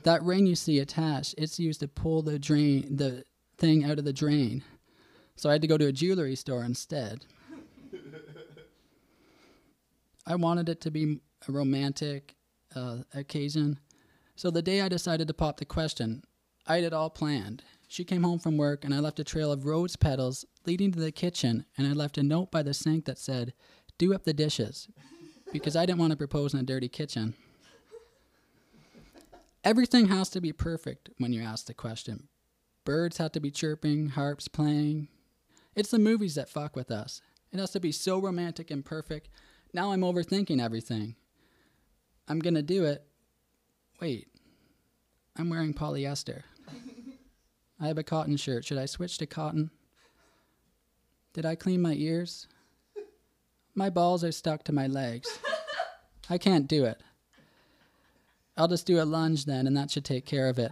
that ring you see attached, it's used to pull the drain the thing out of the drain. So I had to go to a jewelry store instead. I wanted it to be a romantic uh, occasion. So the day I decided to pop the question, I had it all planned. She came home from work and I left a trail of rose petals leading to the kitchen and I left a note by the sink that said, Do up the dishes because I didn't want to propose in a dirty kitchen. Everything has to be perfect when you ask the question. Birds have to be chirping, harps playing, it's the movies that fuck with us. It has to be so romantic and perfect. Now I'm overthinking everything. I'm gonna do it. Wait, I'm wearing polyester. I have a cotton shirt. Should I switch to cotton? Did I clean my ears? My balls are stuck to my legs. I can't do it. I'll just do a lunge then, and that should take care of it.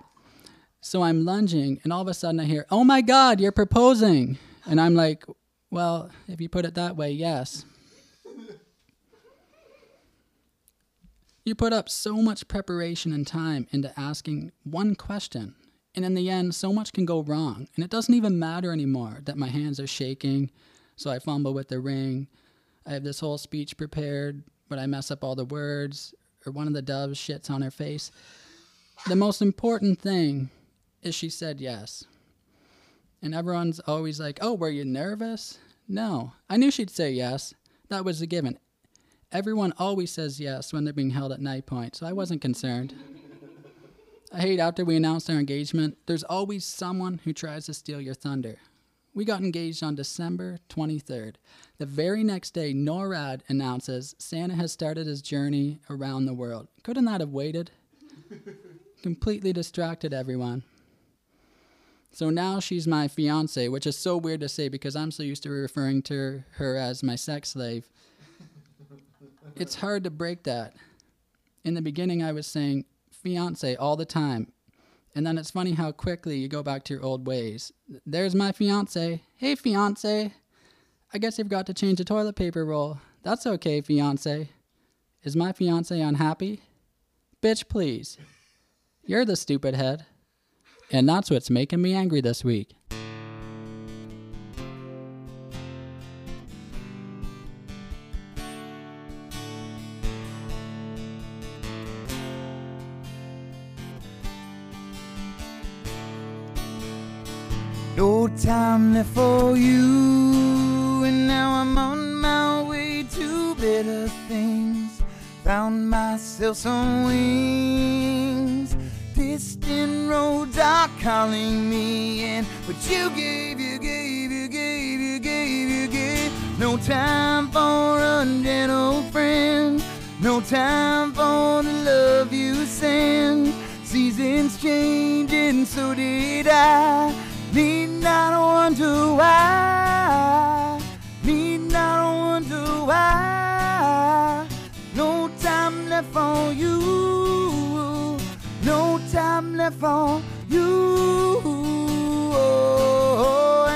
So I'm lunging, and all of a sudden I hear, Oh my God, you're proposing. And I'm like, Well, if you put it that way, yes. you put up so much preparation and time into asking one question. And in the end, so much can go wrong. And it doesn't even matter anymore that my hands are shaking. So I fumble with the ring. I have this whole speech prepared, but I mess up all the words, or one of the doves shits on her face. The most important thing is she said yes. And everyone's always like, oh, were you nervous? No. I knew she'd say yes. That was a given. Everyone always says yes when they're being held at night point, so I wasn't concerned. I hate after we announced our engagement, there's always someone who tries to steal your thunder. We got engaged on December 23rd. The very next day, NORAD announces Santa has started his journey around the world. Couldn't that have waited? completely distracted everyone. So now she's my fiance, which is so weird to say because I'm so used to referring to her as my sex slave. it's hard to break that. In the beginning, I was saying fiance all the time. And then it's funny how quickly you go back to your old ways. There's my fiance. Hey, fiance. I guess you've got to change the toilet paper roll. That's okay, fiance. Is my fiance unhappy? Bitch, please. You're the stupid head. And that's what's making me angry this week.
No time left for you, and now I'm on my way to better things. Found myself some wings. Distant roads are calling me in, but you gave, you gave, you gave, you gave, you gave. No time for a gentle friend. No time for the love you send. Seasons change, and so did I. Need not wonder why. Need not wonder why. No time left for you. No time left for you. Oh,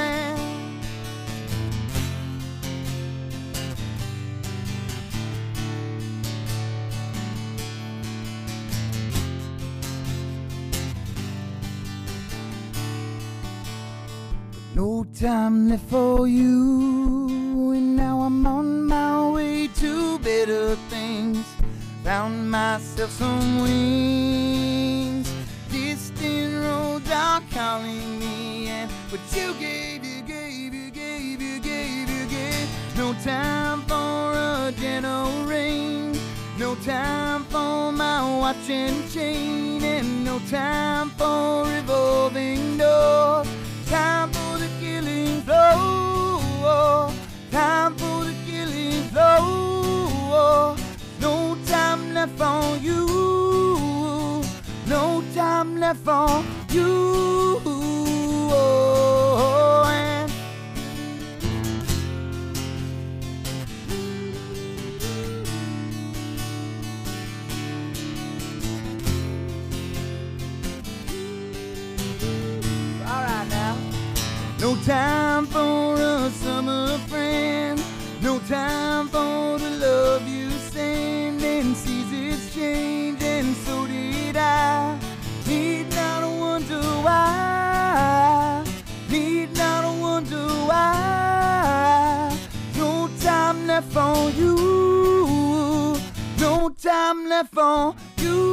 No time left for you, and now I'm on my way to better things. Found myself some wings. Distant roads are calling me, and but you gave, you gave, you gave, you gave, you gave. No time for a gentle rain. No time for my watch and chain, and no time for revolving doors. Time for the killing flow. Time for the killing flow. No time left on you. No time left on you. Oh, And All right now. No time for a summer friend. No time for the love you send. And seasons change, and so did I. Need not wonder why. Need not wonder why. No time left for you. No time left for you.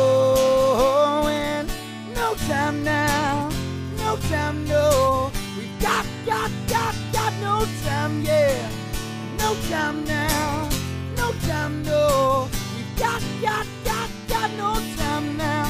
Oh, And no time now, no time, no. We got, got, got, got no time, yeah. No time now, no time, no. We got, got, got, got no time now.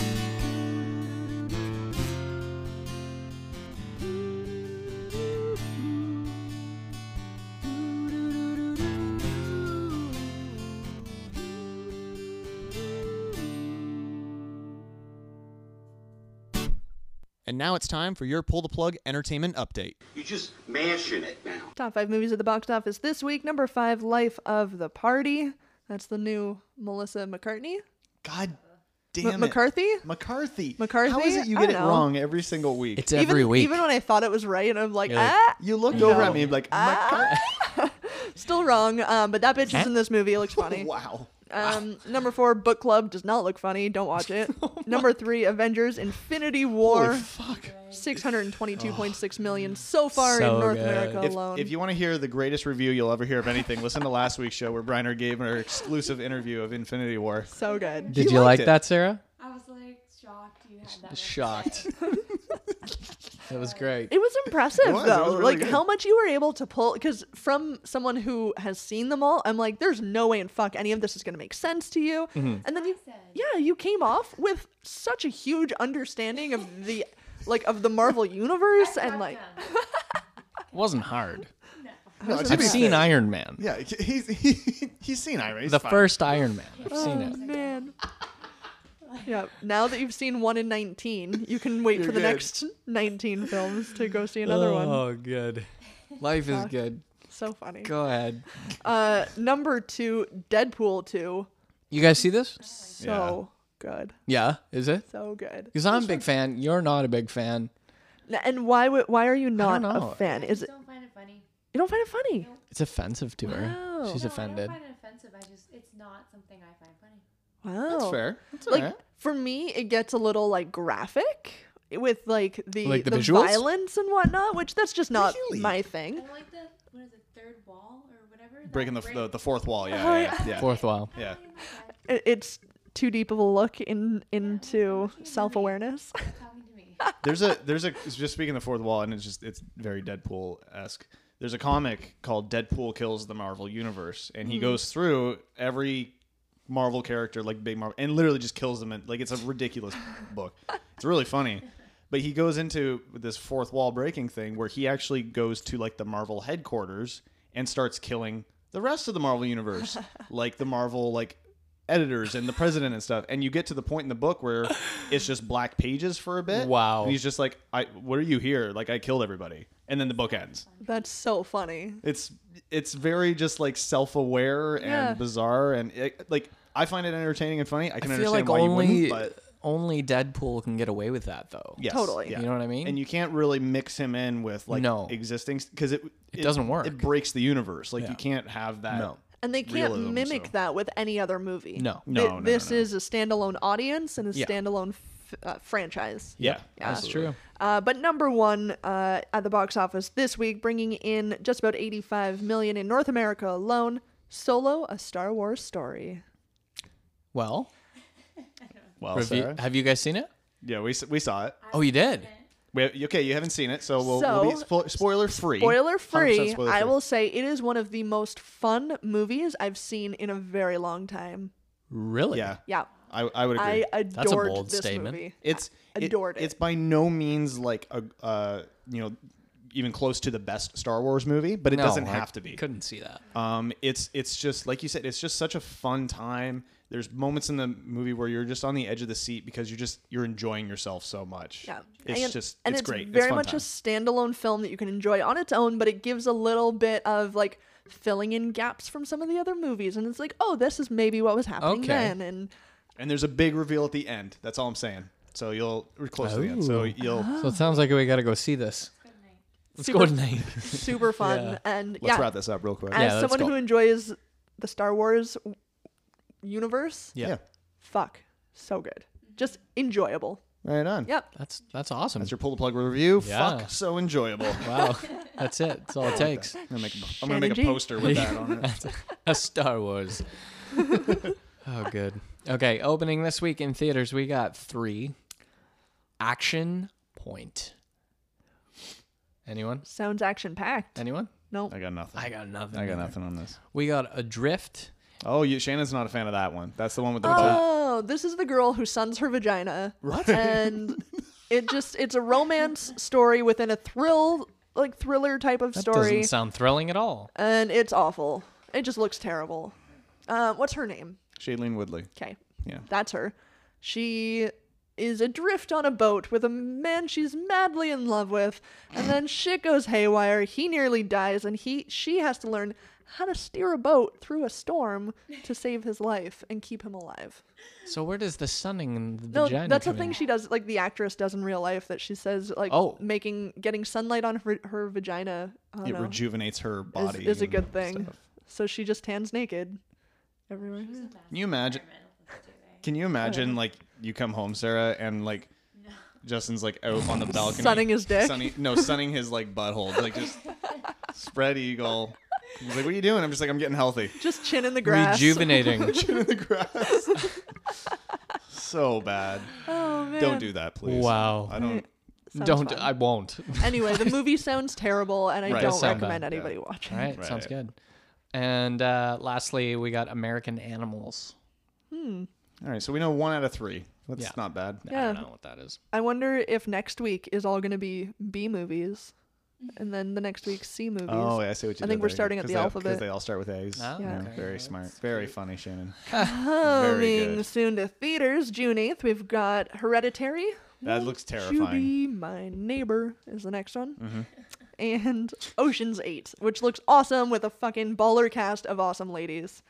And now it's time for your pull the plug entertainment update.
You just mashing it now.
Top five movies at the box office this week. Number five, Life of the Party. That's the new Melissa McCartney.
God
M-
damn it.
McCarthy.
McCarthy.
McCarthy?
How is it you
I
get it
don't know.
wrong every single week?
It's every
even,
week.
Even when I thought it was right, and I'm like,
You're like,
ah,
you looked over at me and be like, McCarthy.
still wrong. Um, but that bitch is in this movie. It looks funny.
Wow.
Um, number four, Book Club does not look funny. Don't watch it. number three, Avengers: Infinity War.
Fuck.
Six hundred twenty-two point six million so far
So
in North
good.
America
If,
alone.
if you want to hear the greatest review you'll ever hear of anything, listen to last week's show where Briner gave her exclusive interview of Infinity War.
so good.
Did
He
you
liked
like
it.
that, Sarah?
I was like shocked you had that.
Shocked. that was great.
It was impressive
was, it
though.
was really
like
good.
how much you were able to pull because from someone who has seen them all, I'm like, there's no way in fuck any of this is gonna make sense to you.
Mm-hmm.
And then you Yeah, you came off with such a huge understanding of the like of the Marvel universe and like
wasn't hard.
No, to
I've
be
seen
fair-
Iron Man.
Yeah, he's he, he's seen Iron. He's
the
fine.
first Iron Man. I've seen
Oh
it.
man. yeah. Now that you've seen one in nineteen, you can wait for the
good.
next nineteen films to go see another one. Ah,
Oh, good. Life is good.
So funny.
Go ahead.
Uh number two, Deadpool two.
You guys see this?
So good.
Yeah. Is it?
So good.
Because I'm a big fan. You're not a big fan.
N- And why w- why are you not
know.
a fan? Is it
Don't find it funny.
you don't find it funny?
It's offensive to her.
Wow.
She's
Oh, No, I
offended.
don't find it offensive. I just it's not something I find funny.
Wow,
That's fair. That's
Like
alright.
for me, it gets a little like graphic with like the
Like the
the,
visuals?
violence and whatnot, which that's just not
Really?
my thing.
I like the what is it third wall or whatever. that
breaking the,
break-
the the fourth wall.
Oh,
Yeah, yeah, yeah.
Fourth wall.
yeah.
I don't like that.
I- It's too deep of a look in into self awareness.
Talking to me.
There's a there's a it's just speaking of the fourth wall, and it's just it's very Deadpool esque. There's a comic called Deadpool Kills the Marvel Universe, and
Hmm.
he goes through every Marvel character, like big Marvel, and literally just kills them. And like it's a ridiculous book. It's really funny. But he goes into this fourth wall breaking thing where he actually goes to like the Marvel headquarters and starts killing the rest of the Marvel universe, like the Marvel like editors and the president and stuff. And you get to the point in the book where it's just black pages for a bit.
Wow.
And he's just like, I what are you here? Like I killed everybody. And then the book ends.
That's so funny.
It's it's very just like self aware and
Yeah.
bizarre and it, like I find it entertaining and funny. I can
I feel
understand
like
why
only
you wouldn't, but
only Deadpool can get away with that though.
yes,
Totally.
yeah.
You know what I mean?
And you can't really mix him in with like
No.
existing because it, it
doesn't work.
It breaks the universe. Like
Yeah.
you can't have that.
No.
And they can't
Realism,
mimic
so.
that with any other movie.
No.
No,
Thi-
no, no,
this
no.
is a standalone audience and a
Yeah.
standalone f- uh, franchise.
Yeah.
Yeah.
That's true.
Uh, but number one uh, at the box office this week, bringing in just about 85 million in North America alone. Solo: A Star Wars Story.
Well,
Well,
have you,
Sarah?
have you guys seen it?
yeah, we s- we saw it.
Oh, you did.
We, okay, you haven't seen it, so we'll, we'll be
So-
spo- spoiler free.
Spoiler free,
100% spoiler
I
free.
will say it is one of the most fun movies I've seen in a very long time.
Really?
Yeah,
Yeah,
I, I would agree.
I adored
a bold
this
statement.
movie.
it's
I adored it.
It's by no means like a uh, you know even close to the best Star Wars movie, but it
No,
doesn't
I
have to be.
Couldn't see that.
Um, it's it's just like you said, it's just such a fun time. There's moments in the movie where you're just on the edge of the seat because you're just you're enjoying yourself so much.
Yeah,
it's
and,
just
and
it's,
it's,
great.
Very
it's fun
much
time.
a standalone film that you can enjoy on its own, but it gives a little bit of like filling in gaps from some of the other movies, and it's like, oh, this is maybe what was happening
Okay.
then, and
and there's a big reveal at the end. That's all I'm saying. So you'll we're close to the end. So
Ooh.
you'll
Oh.
Ah.
So it sounds like we got to go see this. Let's go tonight.
super fun.
Yeah.
And
let's
yeah,
wrap this up real quick.
Yeah,
as
let's
someone
go.
who enjoys the Star Wars w- universe,
Yeah.
fuck, so good, just enjoyable.
Right on.
Yep.
That's that's awesome.
That's your pull the plug review.
Yeah.
Fuck, so enjoyable.
wow. That's it. That's all it takes.
I'm gonna make a, I'm gonna make a
Shannon G.
poster with that on it.
a Star Wars. oh, good. Okay, opening this week in theaters, we got three. Action Point. Anyone?
Sounds action packed.
Anyone?
No,
I got nothing.
I got nothing.
I got
either.
nothing on this.
We got Adrift.
Oh, you, Shannon's not a fan of that one. That's the one with the boat.
Oh, this is the girl who suns her vagina. And it just it's a romance story within a thrill like thriller type of
That
story.
doesn't sound thrilling at all.
and it's awful. It just looks terrible. Uh, what's her name?
Shailene Woodley.
Okay.
Yeah.
That's her. She is adrift on a boat with a man she's madly in love with, and then shit goes haywire. He nearly dies, and he she has to learn how to steer a boat through a storm to save his life and keep him alive.
So where does the sunning and the
No,
vagina
that's a
come
thing
in?
she does. Like the actress does in real life, that she says like
Oh.
making getting sunlight on her, her vagina. I don't
It
know,
rejuvenates her
is,
body.
is a
and
good thing.
stuff.
So she just hands naked everywhere.
Can you imagine? Can you imagine like you come home, Sarah, and like Justin's like out on the balcony,
Sunning his dick.
sunning- no, sunning his like butthole, like just spread eagle. He's like, "What are you doing?" I'm just like, "I'm getting healthy."
Just chin in the grass.
Rejuvenating.
in the grass. so bad.
Oh, man.
Don't do that, please.
Wow.
I don't.
Sounds
Don't
fun.
I won't.
anyway, the movie sounds terrible, and I
Right.
don't
Sound
recommend
bad,
anybody watching.
All right,
Right.
sounds good. And uh, lastly, we got American Animals.
All right, so we know one out of three. That's
Yeah.
not bad.
I
Hmm, Yeah.
don't know what that is.
I wonder if next week is all going to be B movies, and then the next week C movies.
Oh, yeah, I see what you
I
did
think we're
there.
starting at
'Cause
the
they all-
alphabet.
'cause they all start with A's.
Oh,
Yeah,
okay.
Very smart. Very funny, Shannon. Very
Coming
good.
soon to theaters, June 8th, we've got Hereditary.
That looks
To
terrifying. Mm.
be my neighbor is the next one.
Mm-hmm.
And Ocean's 8, which looks awesome with a fucking baller cast of awesome ladies.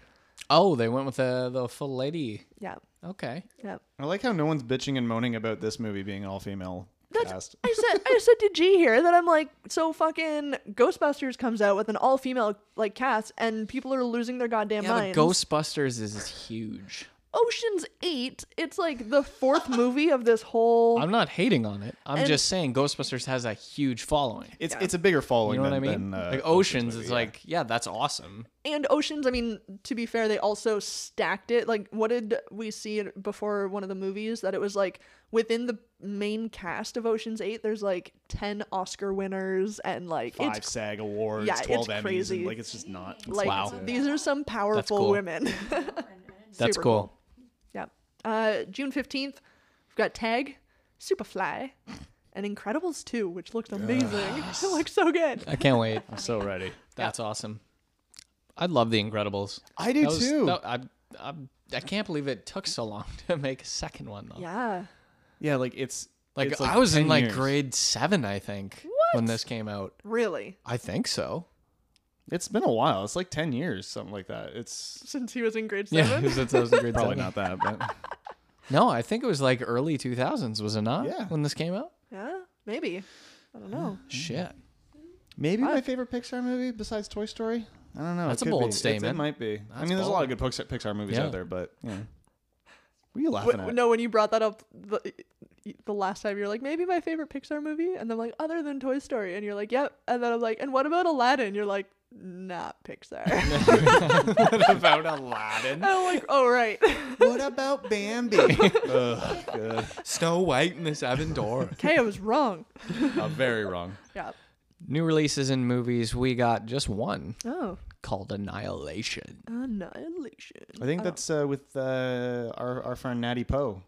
Oh, they went with the the full lady.
Yeah.
Okay.
Yeah.
I like how no one's bitching and moaning about this movie being all female
That's-
cast.
I said I said to G here that I'm like, so fucking Ghostbusters comes out with an all female like cast and people are losing their goddamn
Yeah,
minds.
but Ghostbusters is huge.
Ocean's Eight. It's like the fourth movie of this whole.
I'm not hating on it. I'm
And-
just saying Ghostbusters has a huge following.
It's it's a bigger
You
following
know what
than,
I mean?
than, uh,
like Oceans,
movie,
it's
yeah.
like, yeah, that's awesome.
and oceans i mean to be fair they also stacked it like what did we see in- before one of the movies that it was like within the main cast of oceans 8 there's like 10 oscar winners and like
five
it's
SAG awards,
yeah, it's
twelve Emmys,
crazy.
and like it's just not.
like these are some powerful
cool.
women
That's
Super
cool.
yeah uh june 15th we've got tag superfly and incredibles 2 which looked amazing it looks so good
I can't wait.
I'm so ready.
That's awesome. I love The Incredibles.
I do
That was-
too.
that- I, I, I can't believe it took so long to make a second one though.
yeah
yeah, like it's
Like,
it's
I was in
10
like
years.
grade seven, I think, when this came out.
really
I think so.
It's been a while. It's like ten years, something like that. It's
since he was in grade
Yeah,
7
since I was in grade
probably
seven.
not that, but
No, I think it was like early 2000s, was it not?
Yeah. Mm-hmm.
When this came out?
yeah maybe i don't know
Shit.
maybe my favorite Pixar movie besides Toy Story. I don't know.
That's
it
a
could
bold
be. It's-
statement.
It might be. I mean, there's a lot of
bold.
good Pixar, Pixar movies
Yeah.
out there, but yeah. What are you laughing
Wh-
at?
no, when you brought that up the, the last time, you're like, maybe my favorite Pixar movie, and I'm like, other than Toy Story, and you're like, yep, and then I'm like, and what about Aladdin? You're like, not Pixar.
About Aladdin.
I'm like, oh right.
What about Bambi? Ugh, good.
Snow White and this Evan Dora.
okay, I was wrong.
I'm Uh, very wrong.
Yeah.
New releases in movies, we got just one
Oh,
called Annihilation.
Annihilation.
I think that's uh, with uh, our our friend Natty Poe.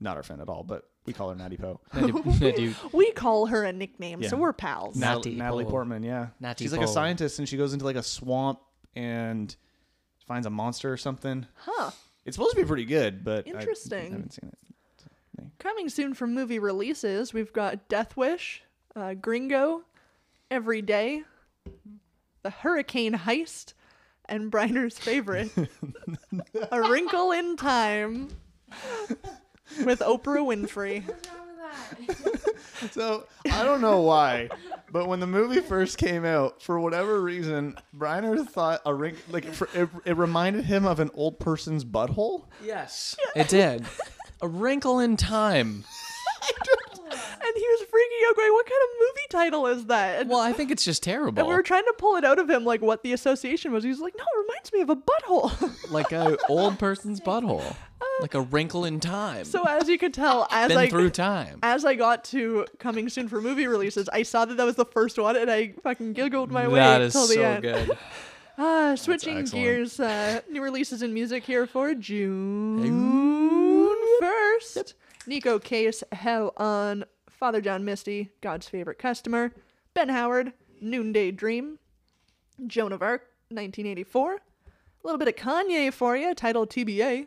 Not our friend at all, but we call her Natty Poe.
Natu-
We call her a nickname, so
Yeah.
we're pals.
Nah.
Nat-
Natty
Natalie
Poe.
Portman, yeah.
Natty
She's like a
Poe.
scientist and she goes into like a swamp and finds a monster or something.
Huh.
It's supposed to be pretty good, but I- I,
Interesting.
haven't seen it.
Coming soon from movie releases, we've got Death Wish, uh, Gringo, Every Day, The Hurricane Heist, and Briner's favorite, A Wrinkle in Time, with Oprah Winfrey.
So I don't know why, but when the movie first came out, for whatever reason, Briner thought a ring like for, it, it reminded him of an old person's butthole.
Yes. It did. A Wrinkle in Time.
And he was freaking out, going, "What kind of movie title is that?" And,
Well, I think it's just terrible.
and we were trying to pull it out of him, like what the association was. He was like, "No, it reminds me of a butthole."
like a old person's butthole. Like a wrinkle in time.
so as you could tell, as
Been
I
through time.
as I got to coming soon for movie releases, I saw that that was the first one, and I fucking giggled my way
That is
till the
so
end.
good.
Ah, switching
excellent.
gears, uh, new releases in music here for June first. Nico Case, Hell on Father John Misty, God's favorite customer, Ben Howard, Noonday Dream, Joan of Arc, 1984. A little bit of Kanye for you, titled
Oh
TBA.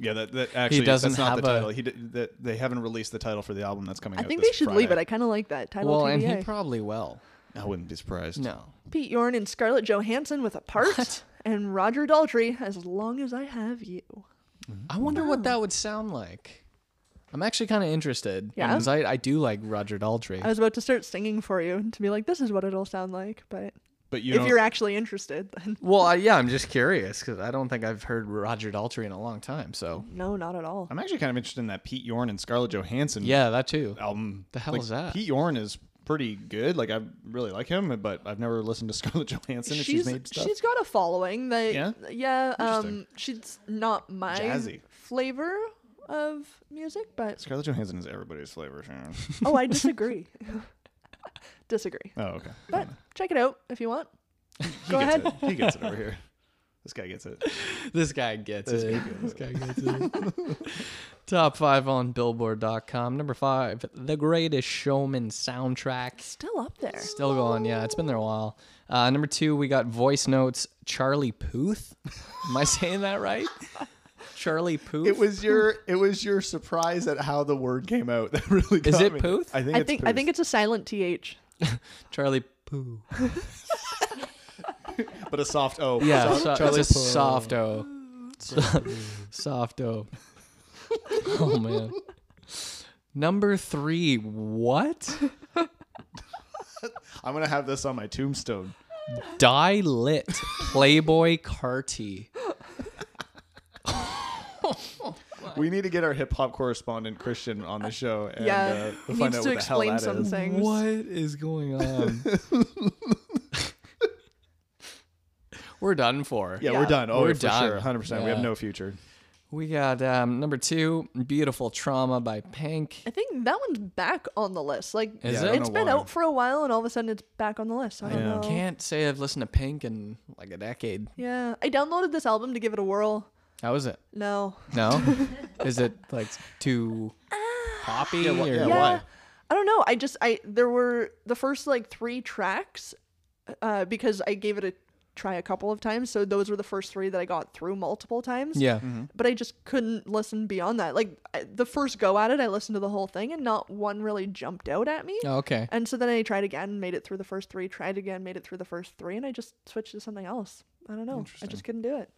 Yeah, that, that actually
doesn't
that's not
have
the
a-
title. He d- that they haven't released the title for the album that's coming
I
out.
think
this
they should leave it. I
Friday.
kind of like that title.
Well,
TBA.
and he probably will.
I wouldn't be surprised.
No.
Pete Yorn and Scarlett Johansson with a part, and Roger Daltrey, As Long as I Have You.
I wonder what that would sound like. I'm actually kind of interested.
Yeah?
Because I, I do like Roger Daltrey.
I was about to start singing for you to be like, this is what it'll sound like, but
But you
if
don't-
you're actually interested, then
well, I, yeah, I'm just curious because I don't think I've heard Roger Daltrey in a long time. So,
no, not at all.
I'm actually kind of interested in that Pete Yorn and Scarlett Johansson
yeah, that too.
album.
The hell
Like,
is that?
Pete Yorn is pretty good. Like I really like him, but I've never listened to Scarlett Johansson. if she's made stuff.
she's got a following that yeah,
Yeah?
um
Interesting.
she's not my
Jazzy.
flavor of music, but
Scarlett Johansson is everybody's flavor. Sharon.
oh, I disagree. disagree.
oh, okay.
But check it out if you want.
He
Go
gets
ahead.
It. He gets it over here. This guy gets it.
This guy gets it. This guy gets it. Top five on Billboard.com. Number five, The Greatest Showman soundtrack.
Still up there.
Still going. Yeah, it's been there a while. Uh, number two, we got voice notes. Charlie Puth. Am I saying that right? Charlie Puth.
It was your it was your surprise at how the word came out that really got
Is it
me.
Puth?
I think
I
it's
think
Puth.
I think it's a silent th.
Charlie Poo.
but a soft O.
Yeah,
Soft-
so,
Oh, Charlie
it's a
Puth.
soft O.
Mm.
soft O. Oh man. Number three, what?
I'm gonna have this on my tombstone.
Die lit Playboy Carti.
We need to get our hip hop correspondent Christian on
Uh,
the show and
yeah,
uh, find
needs
out
to
what the hell
explain
that
some
is.
things.
What is going on? We're done for.
Yeah,
Yeah.
we're done. Oh,
We're
for
done.
sure, 100%. We have
Yeah.
no future.
We got um, number two, Beautiful Trauma by Pink.
I think that one's back on the list. Like
Is
Yeah, I
it?
don't
it's
know
been
why.
out for a while, and all of a sudden it's back on the list. I don't
Yeah.
know.
Can't say I've listened to Pink in like a decade.
Yeah, I downloaded this album to give it a whirl.
How is it?
No,
No? is it like too poppy? or
yeah,
yeah,
why?
I don't know. I just I there were the first like three tracks, uh, because I gave it a try a couple of times. So those were the first three that I got through multiple times.
Yeah.
Mm-hmm.
But I just couldn't listen beyond that. Like I, the first go at it, I listened to the whole thing, and not one really jumped out at me.
Oh, okay.
And so then I tried again, made it through the first three, tried again, made it through the first three, and I just switched to something else. I don't know. I just couldn't do it.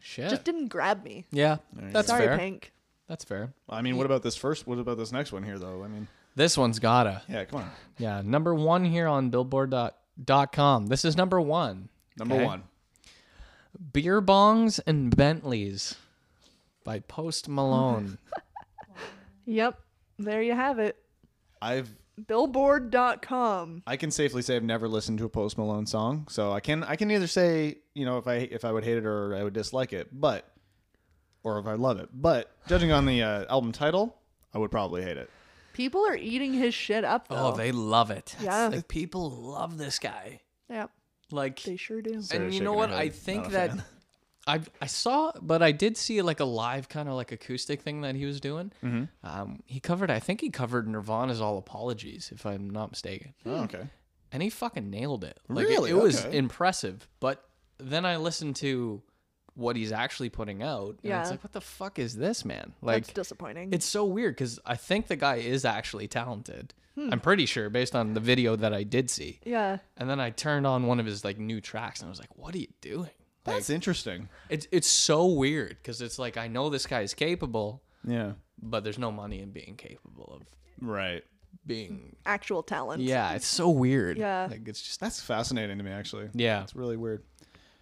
Shit.
Just didn't grab me.
yeah. That's
Sorry,
fair.
Pink.
That's fair.
I mean, what about this first? What about this next one here, though? I mean,
This one's gotta.
yeah, come on.
Yeah. Number one here on billboard.com. This is number one.
Number
Okay.
one.
Beer Bongs and Bentleys by Post Malone.
Yep. There you have it.
I've
Billboard.com.
I can safely say I've never listened to a Post Malone song, so I can I can either say you know if I if I would hate it or I would dislike it, but or if I love it. But judging on the uh, album title, I would probably hate it.
People are eating his shit up though.
oh, they love it. It's
Yeah.
Like people love this guy.
yeah,
Like
they sure do.
Sarah's
and you know
shaking
what?
her head.
I think that I I saw, but I did see like a live kind of like acoustic thing that he was doing.
Mm-hmm.
Um, he covered, I think he covered Nirvana's "All Apologies," if I'm not mistaken,
Oh, okay.
and he fucking nailed it. Like it-
Really?
it, was
Okay.
impressive. But then I listened to what he's actually putting out, and
Yeah.
it's like, what the fuck is this, man?
That's
Like,
disappointing.
it's so weird because I think the guy is actually talented.
Hmm.
I'm pretty sure based on the video that I did see.
yeah.
And then I turned on one of his like new tracks, and I was like, what are you doing?
That's interesting.
It's it's so weird because it's like I know this guy is capable,
Yeah.
but there's no money in being capable of
Right.
being.
Actual talent.
Yeah, it's so weird.
Yeah.
like it's just
That's fascinating to me, actually.
yeah.
It's really weird.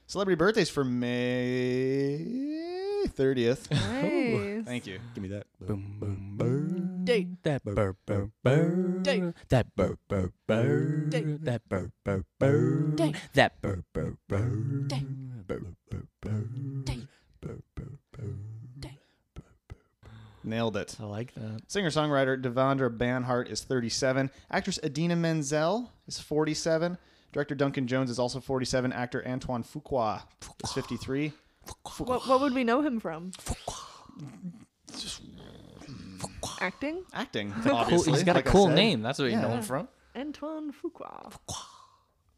Celebrity birthdays for May thirtieth.
Nice.
Thank you. Give me that.
Date.
That burr burr burr.
Date.
That burr burr burr.
Date.
That burr burr burr.
Date.
That burr burr burr.
Date.
Burr burr burr.
Date.
Burr burr burr.
Nailed it.
I like that.
Singer songwriter Devondra Banhart is 37. Actress Adina Menzel is 47. Director Duncan Jones is also 47. Actor Antoine Fuqua is 53.
What what would we know him from? Acting?
Acting,
Cool,
obviously.
he's got
like
a
I
cool
said.
name. That's where you know
Yeah.
him from.
Antoine Fuqua.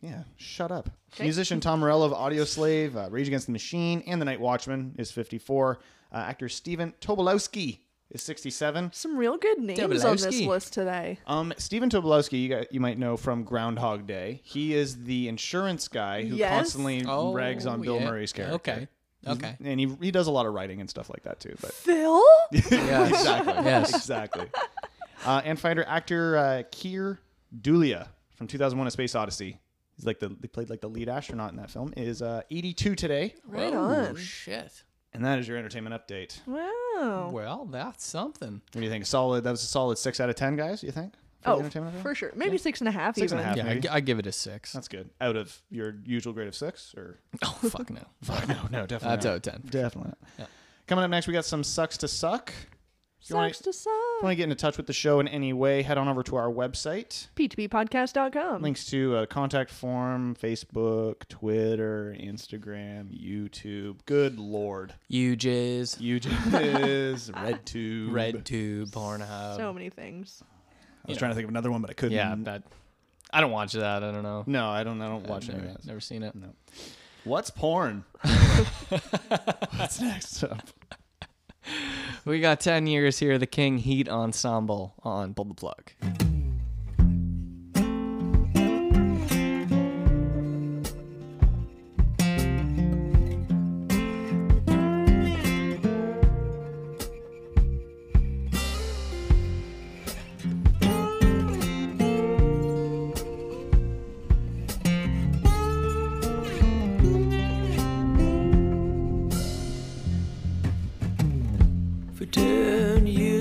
Yeah, shut up. Musician Tom Morello of Audio Slave, uh, Rage Against the Machine, and The Night Watchman is 54. Uh, actor Steven Tobolowski is 67.
Some real good names on this
Dabrowski.
list today.
Um, Stephen Tobolowsky, you, got, you might know from Groundhog Day. He is the insurance guy who
Yes.
constantly rags on Bill
Oh, yeah.
Murray's character.
Okay, okay.
and he, he does a lot of writing and stuff like that too. But
Phil?
Yeah,
exactly,
Yes.
exactly. Uh, and finder actor uh, Keir Dulia from 2001: A Space Odyssey. He's like the they played like the lead astronaut in that film. Is uh, 82 today,
Right
oh
on.
shit.
and that is your entertainment update.
Wow.
Well, that's something.
What do you think? Solid. That was a solid six out of ten, guys. You think? the
Oh,
entertainment update?
for sure. Maybe six and a half
Six and
even.
a half,
Yeah, I,
maybe.
gi- I give it a six.
That's good. Out of your usual grade of six, or
Oh fuck no.
fuck no, no, definitely.
That's
not.
out of ten.
Definitely. not. Coming up next, we got some sucks to suck. If you wanna-
Sucks to
if
suck.
you want to get into touch with the show in any way, head on over to our website.
P2Ppodcast.com.
links to uh, contact form, Facebook, Twitter, Instagram, YouTube. Good lord,
You jizz.
YouTube is RedTube.
Red tube, Pornhub.
So many things.
I was trying to think of another one, but I couldn't.
yeah, that. I don't watch that. I don't know.
No, I don't. I don't watch any
never,
of that.
never seen it.
What's porn? What's next up?
We got 10 years here, the King Heat Ensemble on Pull the Plug.
For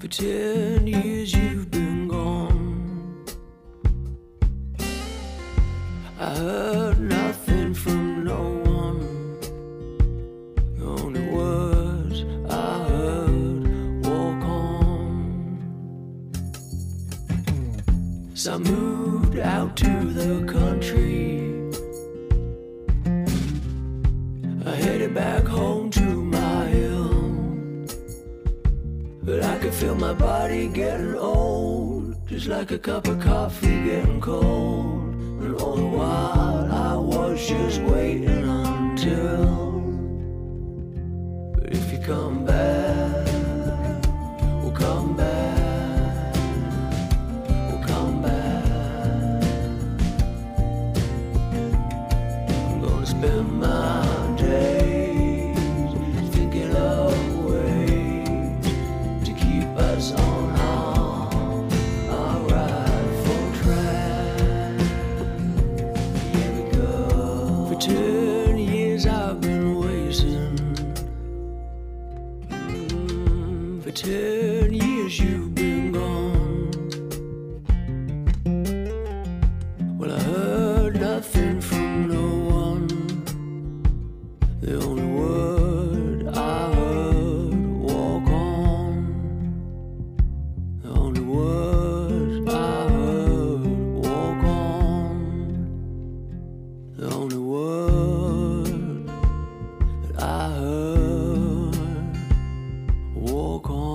For ten years you've been gone. I heard nothing from no one. The only words I heard walk on. So I moved out to the country. I headed back home to my hill. But I could feel my body getting old, just like a cup of coffee getting cold. And all the while I was just waiting until. But if you come back, we'll come back, we'll come back. I'm gonna spend my days thinking of ways to keep us on our, our rightful track. Here we go. For ten years I've been wasting. Mm, For ten years you've been gone. Well, I heard nothing from no one. The only word I heard, walk on. The only word I heard, walk on. The only word that I heard, walk on.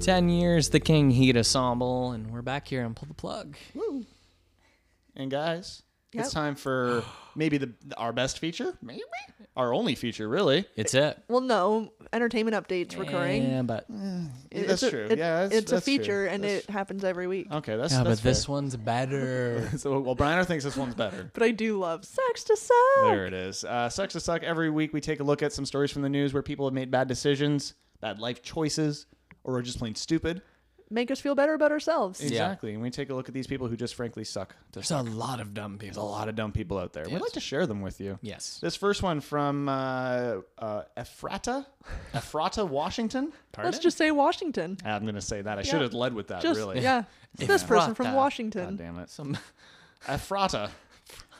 Ten years, the King Heat Ensemble, and we're back here and pull the plug.
And guys,
Yep.
it's time for maybe the our best feature, maybe our only feature, really.
It's it.
Well, no, entertainment updates recurring.
Yeah, but
It-
Eh, that's
it's a-
true.
it-
Yeah, that's-
it's
that's
a
true.
feature, and
That's Uh,
it happens every week.
Okay, that's
yeah,
that's
but this
fair.
one's better.
So, well, Brianer thinks this one's better.
But I do love sex to suck.
There it is. Uh, Sucks to Suck. Every week we take a look at some stories from the news where people have made bad decisions, bad life choices, or are just plain stupid.
Make us feel better about ourselves.
Exactly. And we take a look at these people who just frankly suck. There's
There's a lot of dumb
a
people.
lot of dumb people out there. We'd like to share them with you.
Yes.
This first one from uh, uh, Ephrata, Ephrata, Washington.
Let's just say Washington.
I'm going to say that. I should have led with that,
Just
really.
yeah, it's this person
Ephrata.
from
God
Washington.
damn it. Ephrata.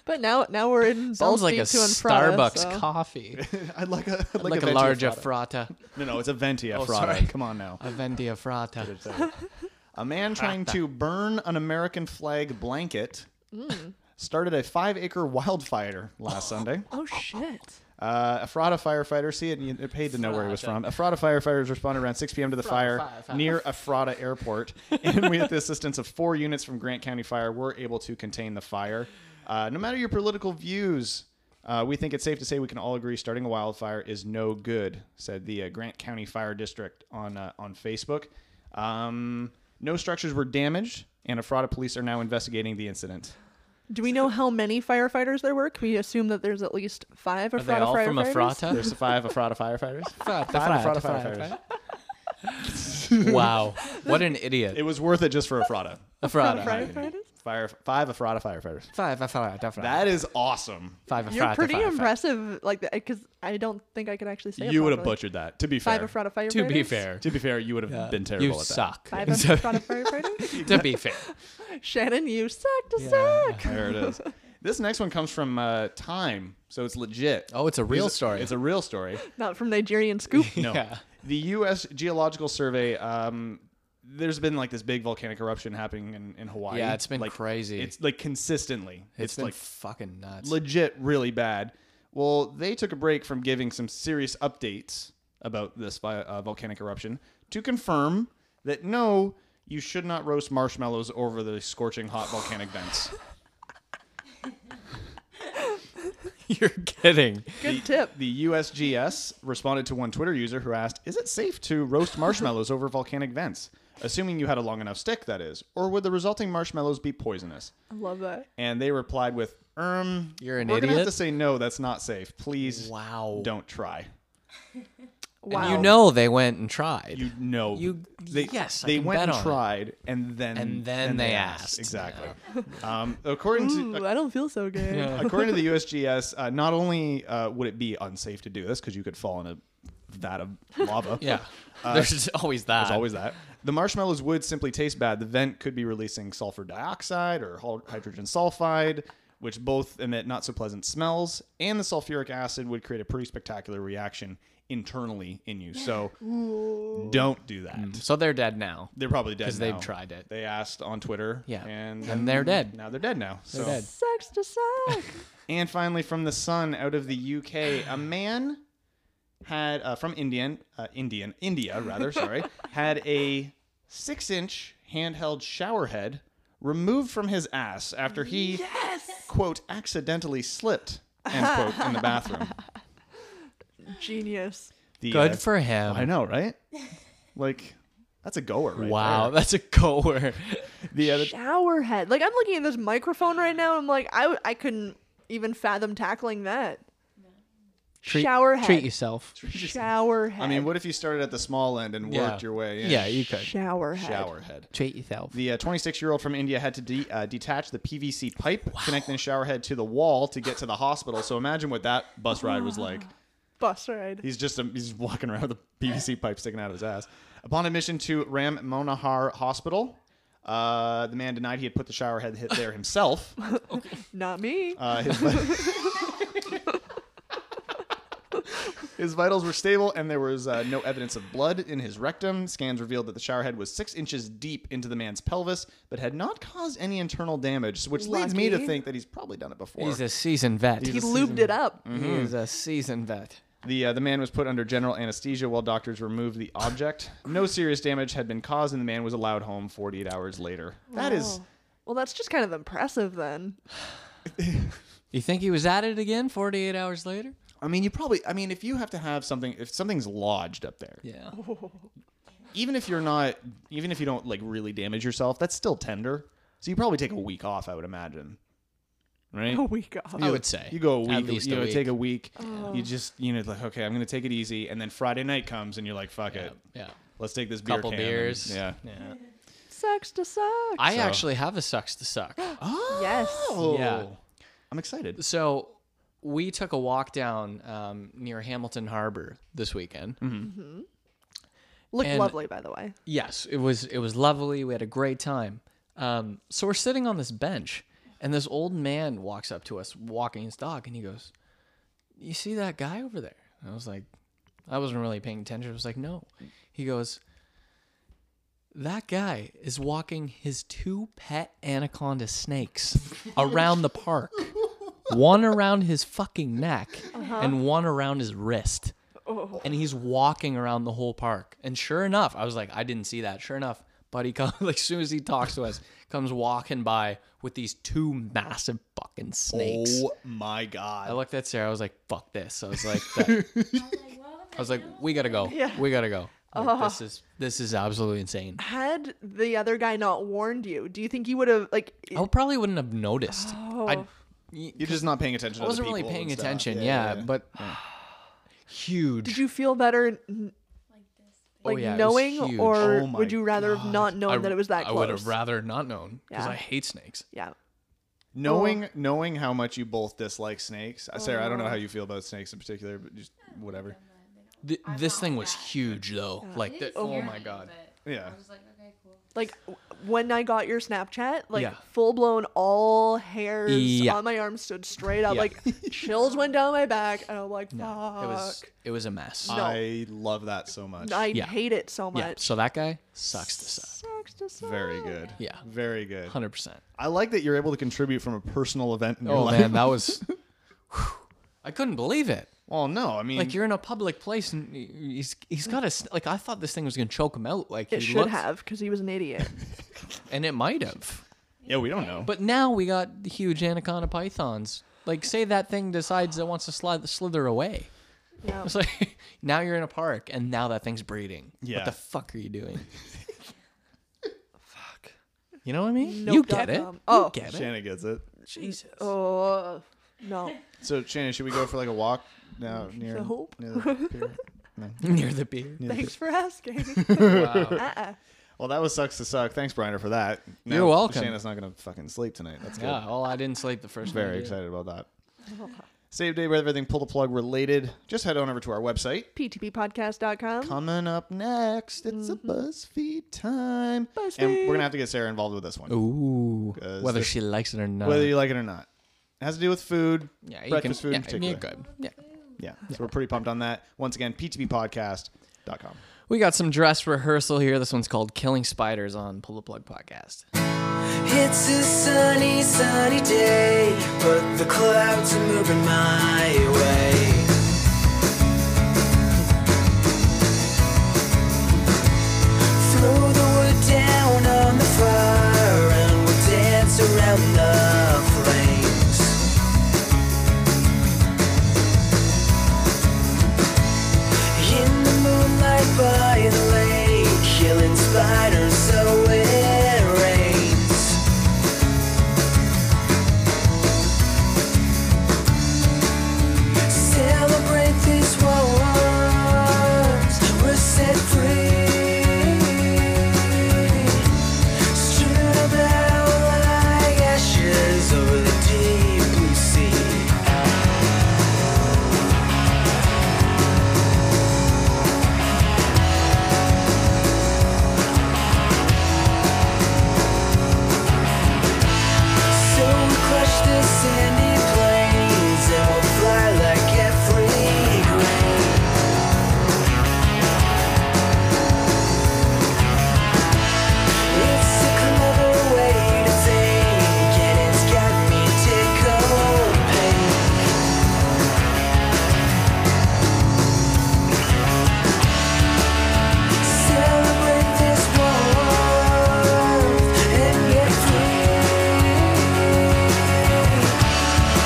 But now, now we're in
Sounds like a
Balti to Enfrata,
Starbucks
so-
coffee.
I'd like a, I'd
like,
a,
a,
venti
large
Ephrata.
affrata.
No, no, it's a venti Ephrata.
sorry.
Come on now.
A venti affrata.
A man trying to burn an American flag blanket started a five acre wildfire last Sunday.
Oh shit!
Uh, Ephrata firefighters, see it, you- they're paid to know where he was from. Ephrata firefighters responded around 6 p.m. to the fire near Ephrata Airport. and with the assistance of four units from Grant County Fire, were able to contain the fire. Uh, no matter your political views, uh, we think it's safe to say we can all agree starting a wildfire is no good, said the uh, Grant County Fire District on, uh, on Facebook. Um, no structures were damaged, and Ephrata police are now investigating the incident.
Do we know how many firefighters there were? Can we assume that there's at least five
Are they
Ephrata
all
firefighters?
from affrata?
There's five Ephrata firefighters.
Five
Ephrata
Ephrata
firefighters.
firefighters. wow. What an idiot.
It was worth it just for Ephrata.
Affrata.
Firefighters?
Fire five Ephrata firefighters.
Five affrata.
That is awesome.
Five affrata.
You're pretty
five, five.
impressive, like that, because I don't think I could actually say. it
You would have
properly.
butchered that. To be fair,
Five Ephrata firefighters.
To be fair.
to be fair, you would have been terrible
You
at that.
suck.
Five Ephrata firefighters.
to be fair.
Shannon, you suck to suck.
There it is. This next one comes from uh, Time, so it's legit.
Oh, it's a real
These-
story.
It's a real story.
Not from Nigerian Scoop.
No. The U.S. Geological Survey. Um, there's been like this big volcanic eruption happening in, in Hawaii.
Yeah, it's been
Like,
crazy.
It's like consistently.
it's been
like
fucking nuts.
legit really bad. Well, they took a break from giving some serious updates about this vi- uh, volcanic eruption to confirm that no, you should not roast marshmallows over the scorching hot volcanic vents.
You're kidding.
Good tip.
The USGS responded to one Twitter user who asked, Is it safe to roast marshmallows over volcanic vents? Assuming you had a long enough stick, that is. Or would the resulting marshmallows be poisonous?
I love that.
And they replied with, Um,
You're an
we're gonna have
idiot."
to say no, that's not safe. Please
Wow.
don't try.
Wow.
You know they went and tried.
You know,
You-
they,
yes, I
they
can
went
bet
and
on it.
tried, and then
And then they asked.
exactly. um, according to
Ooh, I don't feel so good.
According to the USGS, uh, not only uh, would it be unsafe to do this because you could fall in a vat of lava. Uh,
yeah. There's always that.
There's always that. The marshmallows would simply taste bad. The vent could be releasing sulfur dioxide or hol- hydrogen sulfide, which both emit not so pleasant smells, and the sulfuric acid would create a pretty spectacular reaction internally in you. So don't do that.
Mm. So they're dead now.
They're probably dead
'Cause they've
now.
tried it.
They asked on Twitter.
Yeah.
And,
And they're dead.
Now they're dead now.
They're
so.
dead.
Sucks to suck.
And finally, from the Sun out of the UK, a man had uh, from Indian, uh, Indian, India rather, sorry, had a six-inch handheld shower head removed from his ass after he quote accidentally slipped end quote in the bathroom.
Genius.
The, uh,
Good for him.
I know, right? Like that's a goer, right?
wow,
there.
that's a goer.
The other
Shower head. Like I'm looking at this microphone right now. I'm like, I, w- I couldn't even fathom tackling that.
Treat-
Shower head.
Treat yourself.
Shower head.
I mean, what if you started at the small end and
Yeah.
worked your way in?
Yeah, you could.
Shower head.
Shower head.
Treat yourself.
The 26 year old from India had to de- uh, detach the PVC pipe connecting the shower head to the wall to get to the hospital. So imagine what that bus ride was like.
Bus ride.
He's just um, he's walking around with a PVC pipe sticking out of his ass. Upon admission to Ram Monohar Hospital, uh, the man denied he had put the shower head hit there himself.
Not me.
Uh, his, vi- his vitals were stable, and there was uh, no evidence of blood in his rectum. Scans revealed that the showerhead was six inches deep into the man's pelvis, but had not caused any internal damage, which leads me to
Lucky.
think that he's probably done it before.
He's a seasoned vet.
he lubed it up.
He's a seasoned vet.
The uh, the man was put under general anesthesia while doctors removed the object. No serious damage had been caused, and the man was allowed home 48 hours later. That is
Well, that's just kind of impressive then.
You think he was at it again 48 hours later?
I mean, you probably. I mean, if you have to have something, if something's lodged up there,
Yeah.
even if you're not, even if you don't like really damage yourself, that's still tender. So you probably take a week off, I would imagine. Right?
A week off.
I would say.
You go a
At
week.
least
you
a
know,
week.
take a week. You just, you know, like okay, I'm gonna take it easy, and then Friday night comes, and you're like, fuck it,
Yeah.
let's take this beer
Couple
can and-
beers.
yeah.
Yeah.
Sucks to suck.
I actually have a sucks to suck.
Oh,
Yes.
Yeah.
I'm excited.
So we took a walk down um, near Hamilton Harbor this weekend.
Mm-hmm.
Mm-hmm. Looked
and-
lovely, by the way.
Yes, it was it was lovely. We had a great time. Um, so we're sitting on this bench, and this old man walks up to us, walking his dog, and he goes, "You see that guy over there?" And I was like, I wasn't really paying attention. I was like, "No." He goes, "That guy is walking his two pet anaconda snakes around the park, one around his fucking neck, and one around his wrist." and he's walking around the whole park. And sure enough, I was like, I didn't see that. Sure enough, buddy comes like as soon as he talks to us, comes walking by with these two massive fucking snakes.
Oh my god.
I looked at Sarah. I was like, "Fuck this!" I was like, that, "I was like, we gotta go.
Yeah. Oh.
We gotta go. Like, This is this is absolutely insane."
Had the other guy not warned you, do you think you would have like? it-
I probably wouldn't have noticed.
Oh.
I,
You're just not paying attention.
I
to
wasn't
other
really
people
paying
and stuff.
attention. Yeah, but huge.
did you feel better, n- like
Oh, yeah, it was
knowing,
huge.
or
Oh my
would you rather have not known that it was that
I
close?
would have rather not known because
Yeah.
I hate snakes.
Yeah. Oh.
Knowing knowing how much you both dislike snakes, Uh, Sarah, I don't know how you feel about snakes in particular, but just whatever.
Th- this thing was huge though. Like, the, oh my god.
Yeah.
Like w- when I got your Snapchat, like
Yeah.
full blown, all hairs
Yeah.
on my arm stood straight up.
Yeah.
Like chills went down my back, and I'm like, fuck.
It was it was a mess.
I love that so much.
I
yeah.
hate it so
yeah.
much.
So that guy sucks to suck.
Sucks to suck.
Very good.
Yeah.
Very good.
Hundred percent.
I like that you're able to contribute from a personal event in your
Oh
life.
man, that was. I couldn't believe it.
Well, no, I mean,
Like you're in a public place and y- y- he's he's got a like I thought this thing was gonna choke him out. Like
It
he
should
looked-
have because he was an idiot.
and it might have.
yeah, we don't know.
But now we got huge anaconda pythons. Like say that thing decides it wants to slide, slither away.
No.
It's like now you're in a park and now that thing's breeding.
Yeah.
What the fuck are you doing? fuck. You know what I mean?
Nope
you
dot
get it.
com.
Oh.
Oh.
You get it.
Shanna gets it.
Jesus.
oh no.
So Shannon, should we go for like a walk now near,
No.
near the pier?
Near the beer.
Thanks for asking. uh-uh.
Well, that was sucks to suck. Thanks, Briner, for that. Now
You're welcome.
Shannon's not gonna fucking sleep tonight. That's good.
Yeah, well, I didn't sleep the first night.
Very excited about that. Save day with everything pull the plug related. Just head on over to our website.
PTPpodcast.com.
Coming up next, it's
Mm-hmm.
a BuzzFeed time, and we're gonna have to get Sarah involved with this one,
Ooh.
'Cause
Whether
this-
she likes it or not.
whether you like it or not. It has to do with food,
yeah, you
breakfast
can,
food
yeah,
in particular.
you're good. Yeah.
Yeah, so we're pretty pumped on that. Once again, ptbpodcast.com.
We got some dress rehearsal here. This one's called Killing Spiders on Pull the Plug Podcast.
It's a sunny, sunny day, but the clouds are moving my way. Throw the wood down on the fire, and we'll dance around the flames. In the moonlight by the lake, killing spiders so it rains. Celebrate this while we're set free. Strewn about like ashes over the deep blue sea. So we crush the sandy plains and we'll fly like every grain. It's a clever way to think, and it's got me tickled pink. Celebrate this warmth and get free.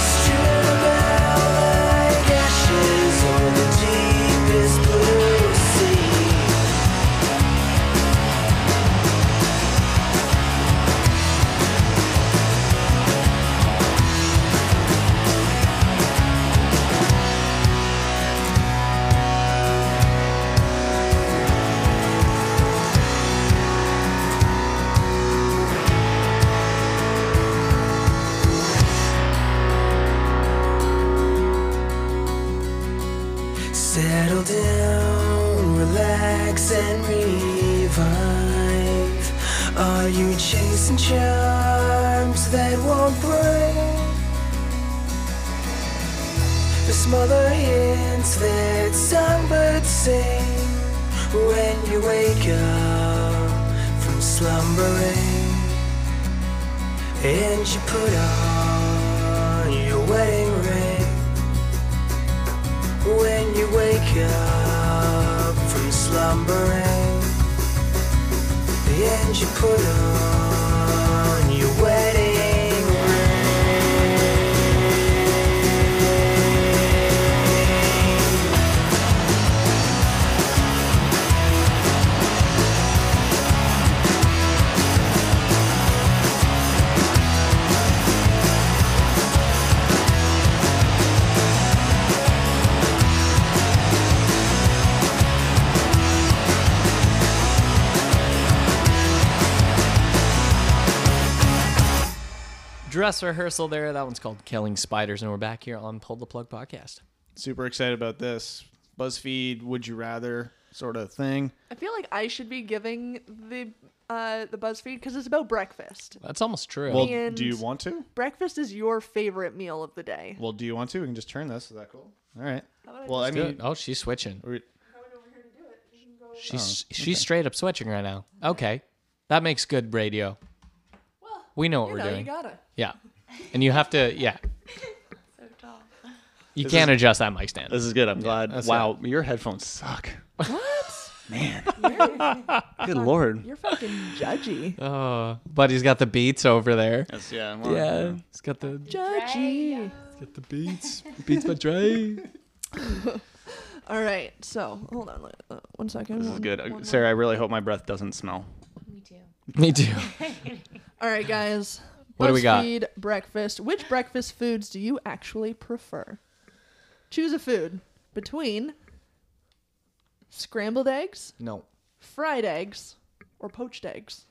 Strewn about like ashes on the deepest blue sea. Settle down, relax, and revive. Are you chasing charms that won't break? The smaller hints that songbirds sing when you wake up from slumbering and you put on your wedding ring when you wake up from slumbering and you put on your wedding ring.
Dress rehearsal there. That one's called Killing Spiders, and we're back here on Pull the Plug Podcast.
Super excited about this BuzzFeed Would You Rather sort of thing.
I feel like I should be giving the uh, the BuzzFeed because it's about breakfast.
That's almost true.
Well,
And-
do you want to?
Breakfast is your favorite meal of the day.
Well, do you want to? We can just turn this. Is that cool? All right.
about
Well, I
Good.
mean,
oh, she's switching.
we- Oh.
She's she's straight up switching right now. Okay, that makes good radio. we know what
You
we're
know,
doing.
you gotta.
yeah, and you have to yeah. You can't adjust that mic stand.
This is good. I'm glad.
that's
wow, your headphones suck.
What?
Man,
You're,
good lord.
you're fucking judgy.
Oh, but he's got the beats over there.
That's, yeah.
Yeah, he's got the
Judgy.
got the beats. Beats by Dre.
All right. So hold on. like, Uh, one second.
This is
one- one more.
good.
Uh,
Sarah, I really hope my breath doesn't smell.
Me too.
Me too.
All right, guys.
What do we got?
BuzzFeed breakfast. Which breakfast foods do you actually prefer? Choose a food between scrambled eggs,
No.
fried eggs, or poached eggs.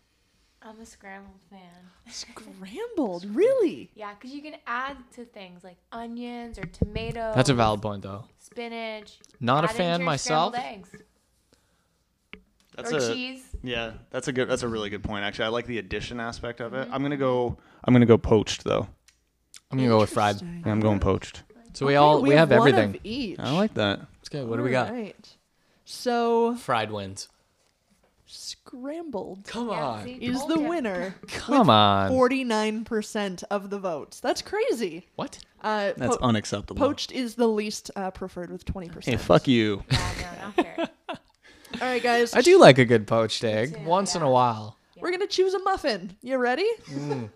I'm a scrambled fan.
Scrambled, really?
Yeah, 'cause you can add to things like onions or tomatoes.
That's a valid point though.
Spinach.
Not a
add it into
fan
your
myself.
scrambled Eggs.
That's
or
a
cheese.
yeah. That's a good. That's a really good point. Actually, I like the addition aspect of it. I'm gonna go. I'm gonna go poached though.
I'm gonna go with fried.
Yeah, I'm going poached.
So we all we, have,
one of
everything.
each.
I like that.
Let's go. What do we got?
Right. So
Fried wins.
scrambled
Come
Yeah,
on.
see,
is
told
the
ya.
winner.
Come on.
Forty-nine percent of the votes. That's crazy.
what?
Uh,
That's
po-
unacceptable.
Poached is the least uh, preferred with twenty
Hey,
percent.
fuck you.
Yeah, no, not fair.
All right, guys.
I do like a good poached egg
too,
once in
yeah.
a while.
We're gonna choose a muffin. You ready?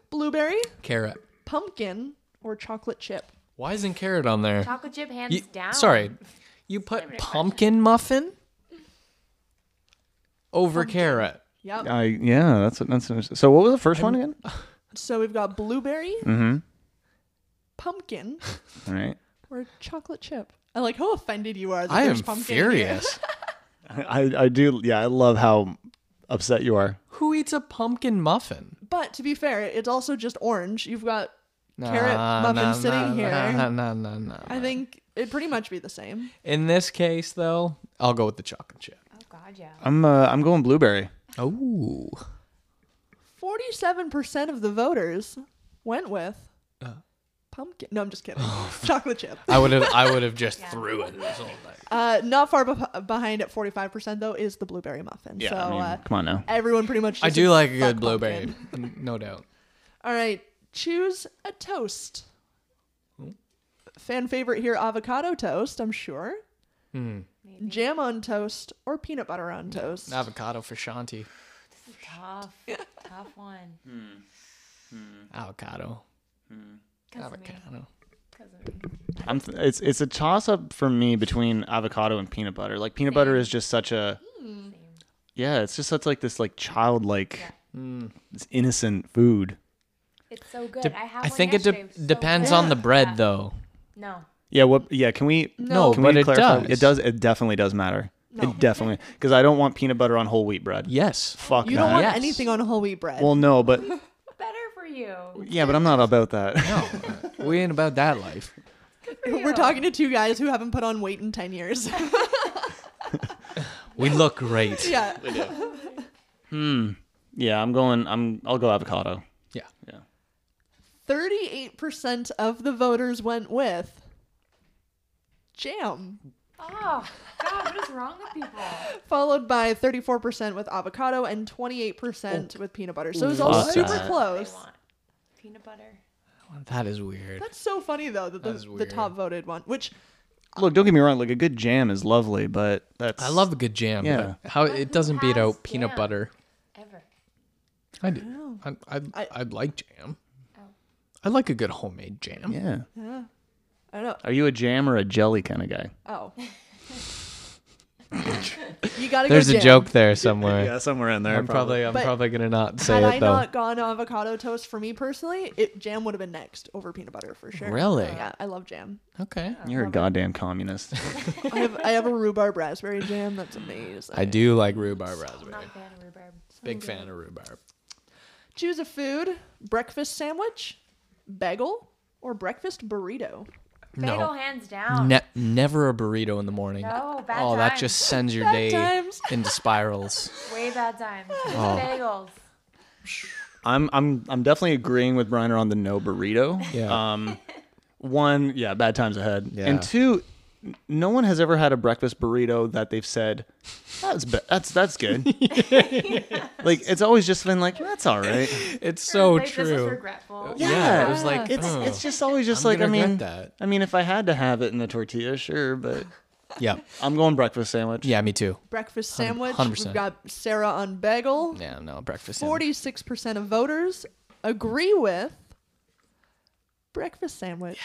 Blueberry,
Mm. Carrot.
pumpkin, or chocolate chip.
Why isn't carrot on there?
Chocolate chip hands
You-
down.
Sorry, you put pumpkin muffin over carrot.
Yep.
I yeah. That's that's interesting. So what was the 1st one again?
So we've got blueberry,
Mm-hmm.
pumpkin,
All right.
or chocolate chip. I like how offended you are. That
I am
there's pumpkin here.
furious.
I I do. Yeah, I love how upset you are.
Who eats a pumpkin muffin?
But to be fair, it's also just orange. You've got. Carrot muffin sitting here.
No, no, no, no.
I think it'd pretty much be the same.
In this case, though, I'll go with the chocolate chip.
Oh God, yeah.
I'm uh, I'm going blueberry.
Oh,
Forty-seven percent of the voters went with
Uh.
pumpkin. No, I'm just kidding.
Oh.
chocolate chip.
I would have. I would have just threw it. This whole thing.
Uh, not far beh behind at forty-five percent though is the blueberry muffin. so uh,
come on now.
everyone pretty much.
I
just
do
said,
like a
"Fuck
good blueberry,
pumpkin."
n- no doubt.
All right, choose a toast. Fan favorite here: avocado toast. I'm sure.
Hmm.
Jam on toast or peanut butter on toast.
Mm. Avocado for Shanti.
Tough, tough one.
Avocado.
Cause of me.
Avocado.
'Cause of me.
I'm th- it's it's a toss up for me between avocado and peanut butter. Like peanut butter is just such a
Mm.
yeah, it's just such like this like childlike, it's innocent food.
It's so good.
Dep-
I have.
I
one
think it de-
yesterday. It was so
depends
good.
on the bread,
Yeah.
though.
No.
Yeah, what? Yeah, can we?
No,
can
but
we
it
clarify?
does.
It does. It definitely does matter.
No.
It definitely because I don't want peanut butter on whole wheat bread.
Yes.
Fuck
you
that.
don't want
Yes.
anything on whole wheat bread.
well, no, but
Better for you.
yeah, but I'm not about that.
we ain't about that life.
We're talking to two guys who haven't put on weight in ten years.
We look great.
yeah.
Hmm. yeah, I'm going. I'm. I'll go avocado.
Yeah.
Thirty-eight percent of the voters went with jam,
Oh God, what is wrong with people?
followed by thirty-four percent with avocado and twenty-eight percent with peanut butter. So it was all
Fuck
super
that.
close.
They want peanut butter.
That is weird.
That's so funny though that the,
That is
the
weird.
top voted one, which
Look, don't get me wrong. Like a good jam is lovely, but that's
I love a good jam.
Yeah.
But how it doesn't beat
has
out peanut
jam?
butter.
Ever.
I do. I I, I,
I-
like jam.
Oh.
I like a good homemade jam.
Yeah.
I don't
Are you a jam or a jelly kind of guy?
know. Oh, you gotta.
There's
go
a
jam.
joke there somewhere.
somewhere in there.
I'm probably I'm
But
probably gonna not say
Had
it
I
though.
not gone avocado toast for me personally, it jam would have been next over peanut butter for sure.
Really?
Yeah, I love jam.
Okay.
You're a goddamn communist.
I have I have a rhubarb raspberry jam. That's amazing.
I do like rhubarb raspberry.
Not a fan of rhubarb.
Big fan of rhubarb.
Choose a food: breakfast sandwich, bagel, or breakfast burrito.
Bagel
No.
hands down.
Ne- never a burrito in the morning.
No, bad
oh, that
times.
just sends your
Bad
day
times.
into spirals.
Way bad times.
Oh.
Bagels.
I'm I'm I'm definitely agreeing with Briner on the no burrito.
Yeah.
Um, one, yeah, bad times ahead,
Yeah.
and two, no one has ever had a breakfast burrito that they've said that's be- that's that's good. Like it's always just been like that's all right.
It's so
like, This is
true.
regretful.
Oh, Yeah,
it was like
It's
oh,
it's just always just
I'm
like I
gonna regret
mean
that.
I mean if I had to have it in a tortilla, sure, but
yeah,
I'm going breakfast sandwich.
yeah, me too.
Breakfast sandwich.
100%.
We've got Sarah on bagel.
Yeah, no breakfast. sandwich.
Forty-six percent of voters agree with breakfast sandwich.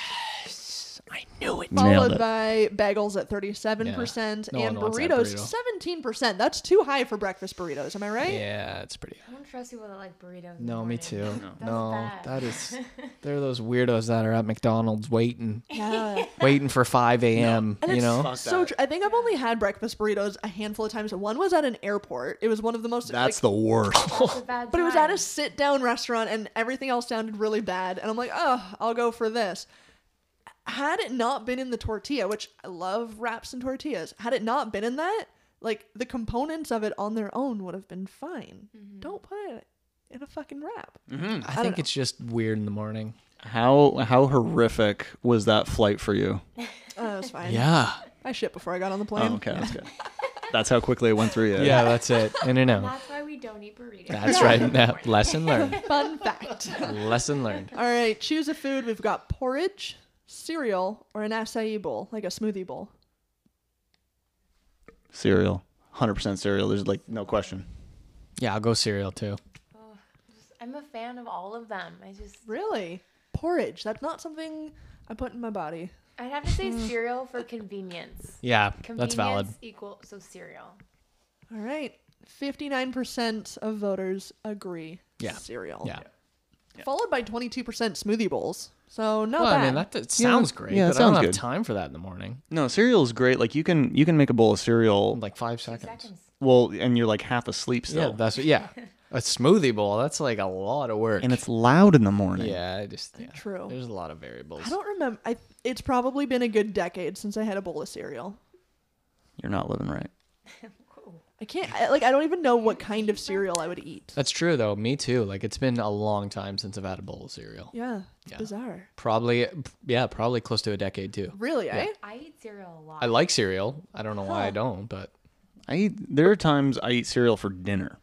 I knew it. Followed by bagels at thirty-seven percent
Yeah. No
and
one wants that
burritos
burrito.
seventeen percent. That's too high for breakfast burritos. Am I right?
Yeah, it's pretty.
I don't trust people that like burritos. in the
No, me
morning.
too.
That's
No,
bad.
that is. They're those weirdos that are at McDonald's waiting,
Yeah.
waiting for 5 a.m.
And
Mm, you
it's
know,
so tr- I think I've only had breakfast burritos a handful of times. One was at an airport. It was one of the most like,
That's the worst.
That's a bad
But it was at a
time.
sit down restaurant and everything else sounded really bad. And I'm like, oh, I'll go for this. Had it not been in the tortilla, which I love wraps and tortillas, had it not been in that, like the components of it on their own would have been fine.
Mm-hmm.
Don't put it in a fucking wrap.
Mm-hmm.
I think it's just weird in the morning.
How how horrific was that flight for you?
Oh, it was fine.
Yeah,
I shit before I got on the plane.
Oh, okay, that's good. That's how quickly it went through you.
yeah, that's it. In and out.
That's why we don't eat burritos.
That's right. Now, lesson learned.
Fun fact.
Lesson learned.
All right, choose a food. We've got porridge, cereal, or an acai bowl, like a smoothie bowl.
Cereal. 100% cereal. There's like no question.
Yeah, I'll go cereal too.
I'm a fan of all of them. I just,
Really? Porridge. That's not something I put in my body.
I'd have to say cereal for convenience.
Yeah,
Convenience
that's valid.
Equal so cereal.
All right. 59% of voters agree
Yeah.
cereal.
Yeah.
Followed by 22% smoothie bowls. So not
Well,
bad.
I mean, that, that sounds great,
Yeah, it
but I don't
sounds
have
good.
time for that in the morning.
No, cereal is great. Like you can you can make a bowl of cereal
Like five seconds.
Seconds.
well and you're like half asleep
Yeah,
still.
that's yeah. A smoothie bowl. That's like a lot of work.
and it's loud in the morning.
yeah, I just yeah.
True.
There's a lot of variables.
I don't remember. I, it's probably been a good decade since I had a bowl of cereal.
You're not living right.
I can't, I, like, I don't even know what kind of cereal I would eat.
That's true though. Me too. Like it's been a long time since I've had a bowl of cereal.
Yeah. It's bizarre.
Probably yeah, probably close to a decade too.
Really, eh?
I eat cereal a lot.
I like cereal. I don't know why I don't, but
I eat there are times I eat cereal for dinner.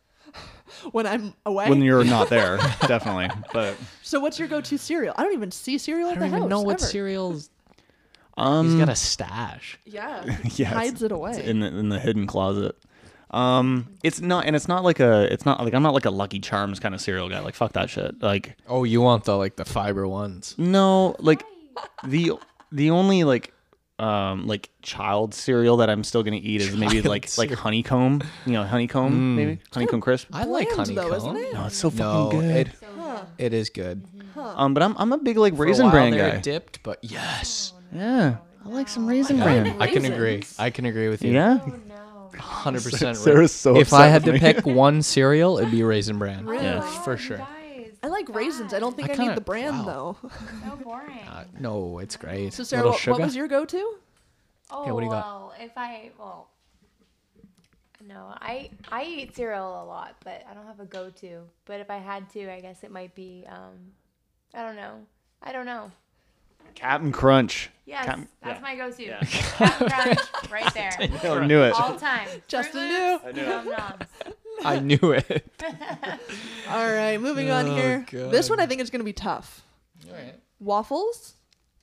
When I'm away.
When you're not there, definitely. But
so what's your go-to cereal? I don't even see cereal at
I
the
don't even
house.
know what
ever.
cereals
um
he's got a stash.
Yeah.
yeah, it's-
hides it away.
in the in the hidden closet. Um it's not and it's not like a it's not like I'm not like a lucky charms kind of cereal guy. Like fuck that shit. Like
Oh, you want the like the fiber ones.
No, like the the only like um like child cereal that I'm still gonna eat is maybe
Child
like like
cereal. Mm.
honeycomb. You know, honeycomb maybe honeycomb crisp.
I like
bland,
honeycomb.
though, isn't it? Mm-hmm.
No, it's so
No,
fucking good.
it, it is good.
um, but I'm I'm a big like
For a
raisin
while
bran
there, it
guy.
dipped, but yes.
yeah, I like some raisin
Yeah,
bran.
I can agree. I can agree with you.
Yeah,
Oh no.
hundred percent.
Sarah's so
If I
upset
had
with
to
me.
pick one cereal, it'd be Raisin Bran.
Really?
Yeah,
Oh,
for
you
sure.
guys,
I like raisins. I don't think I,
I
need
kinda-
the brand
wow.
though.
So boring.
Uh, No, it's great.
So Sarah,
Little
what,
sugar.
what was your go-to?
oh
what do you got?
uh,
well, if I well, no, I I eat cereal a lot, but I don't have a go-to. But if I had to, I guess it might be um, I don't know. I don't know.
Captain Crunch.
Yes,
Cap'n-
that's my go-to. Cap'n Crunch, right there,
I knew it.
all time. Fruit
Justin
Loops, Nom noms.
I knew it.
All right, moving on
Oh,
here. This one I think is going to be tough. Waffles,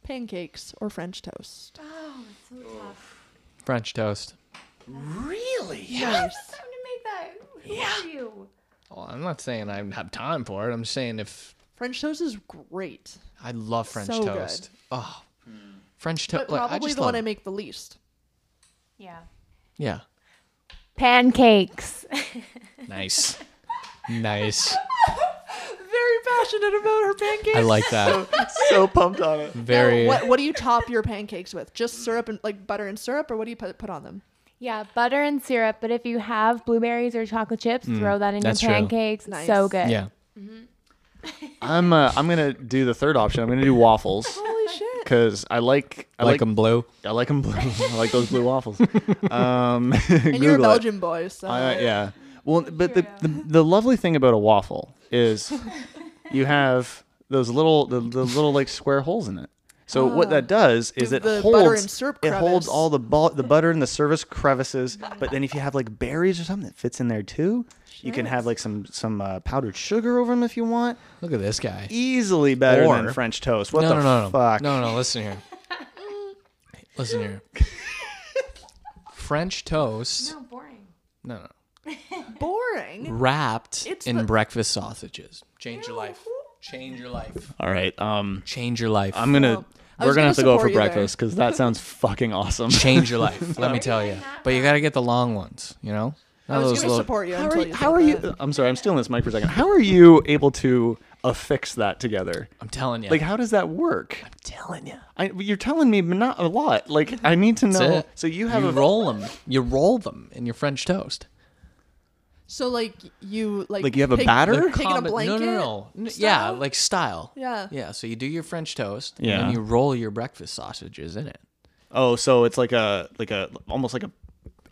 pancakes, or French toast.
Oh, it's so tough.
French toast.
Yes.
Time to make that. Who yeah. are you?
Well, I'm not saying I have time for it. I'm saying if
French toast is great,
I love French
So good.
toast. Oh, French toast.
but
Like, I
probably
just
the
love
one I
it.
make the least.
Yeah.
Yeah.
Pancakes.
Nice. nice.
Very passionate about her pancakes.
I like that.
so pumped on it.
Very.
What What do you top your pancakes with? Just syrup and like butter and syrup, or what do you put put on them?
Yeah, butter and syrup. But if you have blueberries or chocolate chips, throw that
Mm,
in your
that's true.
pancakes.
Nice.
So good.
Yeah.
I'm uh, I'm gonna do the third option. I'm gonna do waffles
Holy shit!
because I like I
like,
like,
them blue.
I like them blue. I like those blue waffles. Um,
And you're a
Google it.
Belgian boy, so
I, uh, yeah. Well, but the, the the lovely thing about a waffle is you have those little the, the little like square holes in it. So what that does is
Give
it
Ah. the
holds
butter and syrup
it holds
crevice.
all the ball, the butter and the service crevices. But then if you have like berries or something that fits in there too, you can have like some some uh, powdered sugar over them if you want.
Look at this guy.
Easily better
Or-
than French toast. What
No,
the
no, no, no.
fuck?
No, no, listen here. Listen here. French toast.
So boring.
No, no.
Boring.
Wrapped
It's
in
the-
breakfast sausages. Change your life. Change your life.
All right. Um,
Change your life.
I'm gonna.
Well, I
we're gonna
was gonna
have to go
support
for
you there.
breakfast because that sounds fucking awesome.
Change your life. Let me tell you. But you gotta get the long ones. You know. Not
I was
those
gonna
little-
support you
How
until
are,
you.
you, how
said
are
that.
you? I'm sorry. I'm stealing this mic for a second. How are you able to affix that together?
I'm telling you.
Like, how does that work?
telling you.
I, you're telling me not a lot. Like, I need to know. So you have
you
a
roll them. You roll them in your French toast.
So like you like
Like, you have a
take-
batter? They're
taking a
Combi-
blanket.
No, no, no. N- Yeah,
style?
like style.
Yeah.
Yeah. So you do your French toast, and
Yeah.
then you roll your breakfast sausages in it.
Oh, so it's like a like a almost like a,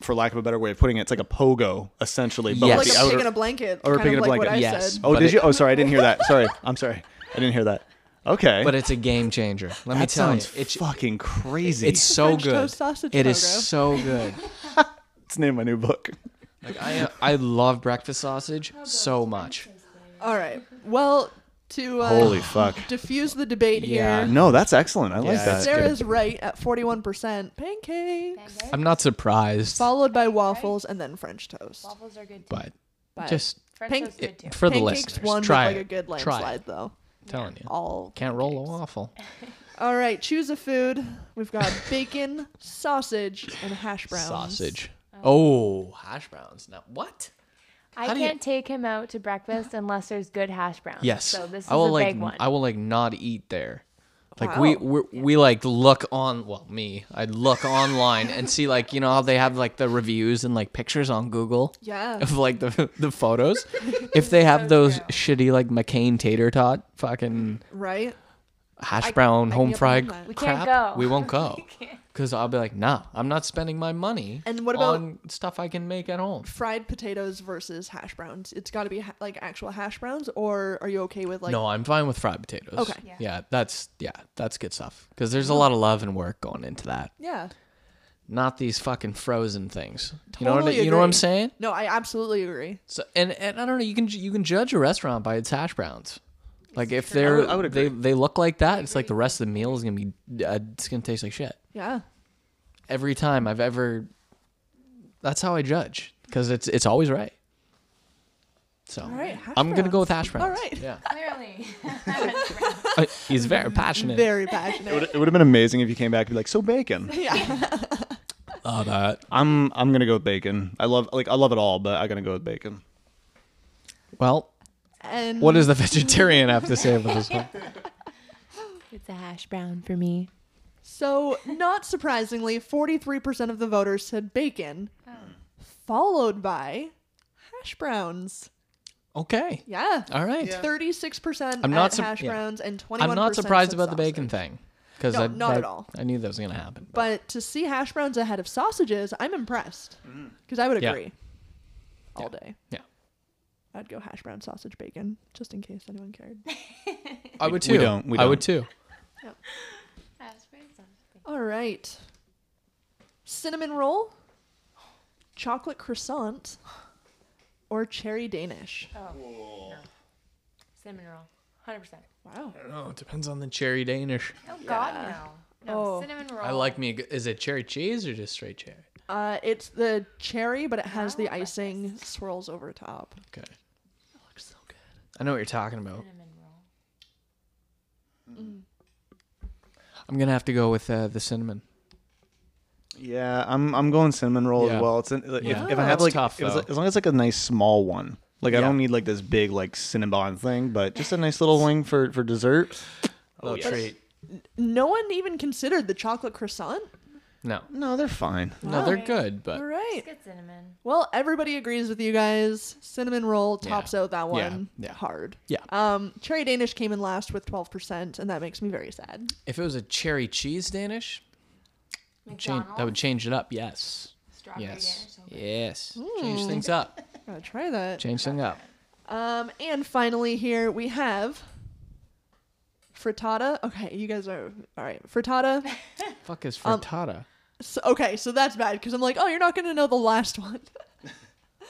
for lack of a better way of putting it, it's like a pogo essentially. But
Yes.
with
Like
the
a
outer-
pig in a blanket.
or a
kind
pig
of
in a
like
blanket.
What I
Yes.
said.
Oh,
But
did
it-
you? Oh, sorry, I didn't hear that. Sorry, I'm sorry, I didn't hear that. Okay,
But it's a game changer. Let me
that
tell you,
sounds
it's
fucking crazy.
it's so
French
good.
toast sausage
It is
pogo.
so good.
It's the name of my new book.
Like I, uh, I love breakfast sausage so much.
All right. Well, to uh,
Holy fuck!
diffuse the debate
Yeah.
here.
No, that's excellent. I like
Yeah,
that.
it's
Sarah is right at 41%. Pancakes,
Okay?
I'm not surprised,
followed by waffles and then French toast.
Waffles are good too.
but
But
just
French
Pink-
toast is good too.
for the
pancakes
listeners,
won with
try
like
it.
a good
try it.
landslide though.
I'm telling you,
All
can't roll a waffle.
All right, choose a food. We've got bacon, sausage, and hash browns.
Sausage. Oh, hash browns. Now what?
I
How do you-
can't take him out to breakfast unless there's good hash browns.
Yes.
So this is
I will
a
like
big one.
I will like not eat there. Like we we we like look on well me I look online and see like you know how they have like the reviews and like pictures on Google
Yeah.
of like the the photos if they have those shitty like McCain tater tot fucking
Right?
hash brown home
get
fried
behind that.
We
crap
can't go.
we won't go because I'll be like nah I'm not spending my money
And what about-
on stuff I can make at home
Fried potatoes versus hash browns. It's got to be ha- like actual hash browns, or are you okay with like?
no I'm fine with fried potatoes
Okay.
yeah, that's yeah that's good stuff because there's a lot of love and work going into that
Yeah.
not these fucking frozen things. You know
Totally
what I- you know what I'm
agree.
saying?
No, I absolutely agree.
So and, and I don't know, you can ju- you can judge a restaurant by its hash browns. Like if
I
they're
would- I would
they they look like that, it's like the rest of the meal is gonna be uh, it's gonna taste like shit.
Yeah.
Every time I've ever, that's how I judge because it's it's always right. So
Oh.
right, hash
I'm gonna go with hash browns.
All right.
yeah,
Clearly.
Uh, he's very passionate
Very passionate.
It would have been amazing if you came back and be like, "So bacon."
yeah.
about that.
I'm I'm gonna go with bacon. I love like I love it all, but I'm gonna go with bacon.
Well,
And
what does the vegetarian have to say about this one?
It's a hash brown for me.
So, not surprisingly, 43% of the voters said bacon, followed by hash browns.
Okay,
Yeah.
all right.
36%
I'm not
at
sur-
hash
yeah.
browns and 21%
I'm not surprised
said
about the bacon
sausage.
thing because
No,
I,
not
I-
at all.
I knew that was gonna happen.
But to see hash browns ahead of sausages, I'm impressed.
Mm-hmm.
Because I would
Yeah.
agree. All day.
Yeah.
I'd go hash brown, sausage, bacon, just in case anyone cared.
I would too.
we don't- we
I would
don't.
too.
All right. Cinnamon roll, chocolate croissant, or cherry Danish.
Oh, Cinnamon roll. 100%.
Wow.
Oh, it depends on the cherry Danish.
Oh, God, no. No,
Oh.
cinnamon roll.
I like me. a g- Is it cherry cheese or just straight cherry?
Uh, it's the cherry, but it has the icing swirls over top.
Okay. It looks so good. I know what you're talking about.
cinnamon roll. Mm-hmm.
I'm gonna have to go with uh, the cinnamon.
Yeah, I'm I'm going cinnamon roll
Yeah.
as well. It's an, like,
Yeah.
if, if I have
That's
like
tough,
if it's,
though.
like- as long as it's like a nice small one. Like I
Yeah.
don't need like this big like Cinnabon thing, but just a nice little wing for for dessert.
Oh, treat.
No one even considered the chocolate croissant.
No,
No, they're fine.
no, they're good, but
All right.
It's good cinnamon.
Well, everybody agrees with you guys. Cinnamon roll tops out that
Yeah.
one
Yeah.
hard.
Yeah.
Um, cherry Danish came in last with 12%, and that makes me very sad.
if it was a cherry cheese Danish, change,
McDonald's.
that would change it up. Yes.
Strawberry
Yes.
Danish.
Yes. Change things up.
Hmm. Gotta try that.
Change things up.
Um, and finally, here we have frittata. Okay, you guys are all right. Frittata.
Fuck is
Um,
frittata?
So, okay, so that's bad because I'm like, oh, you're not gonna know the last one.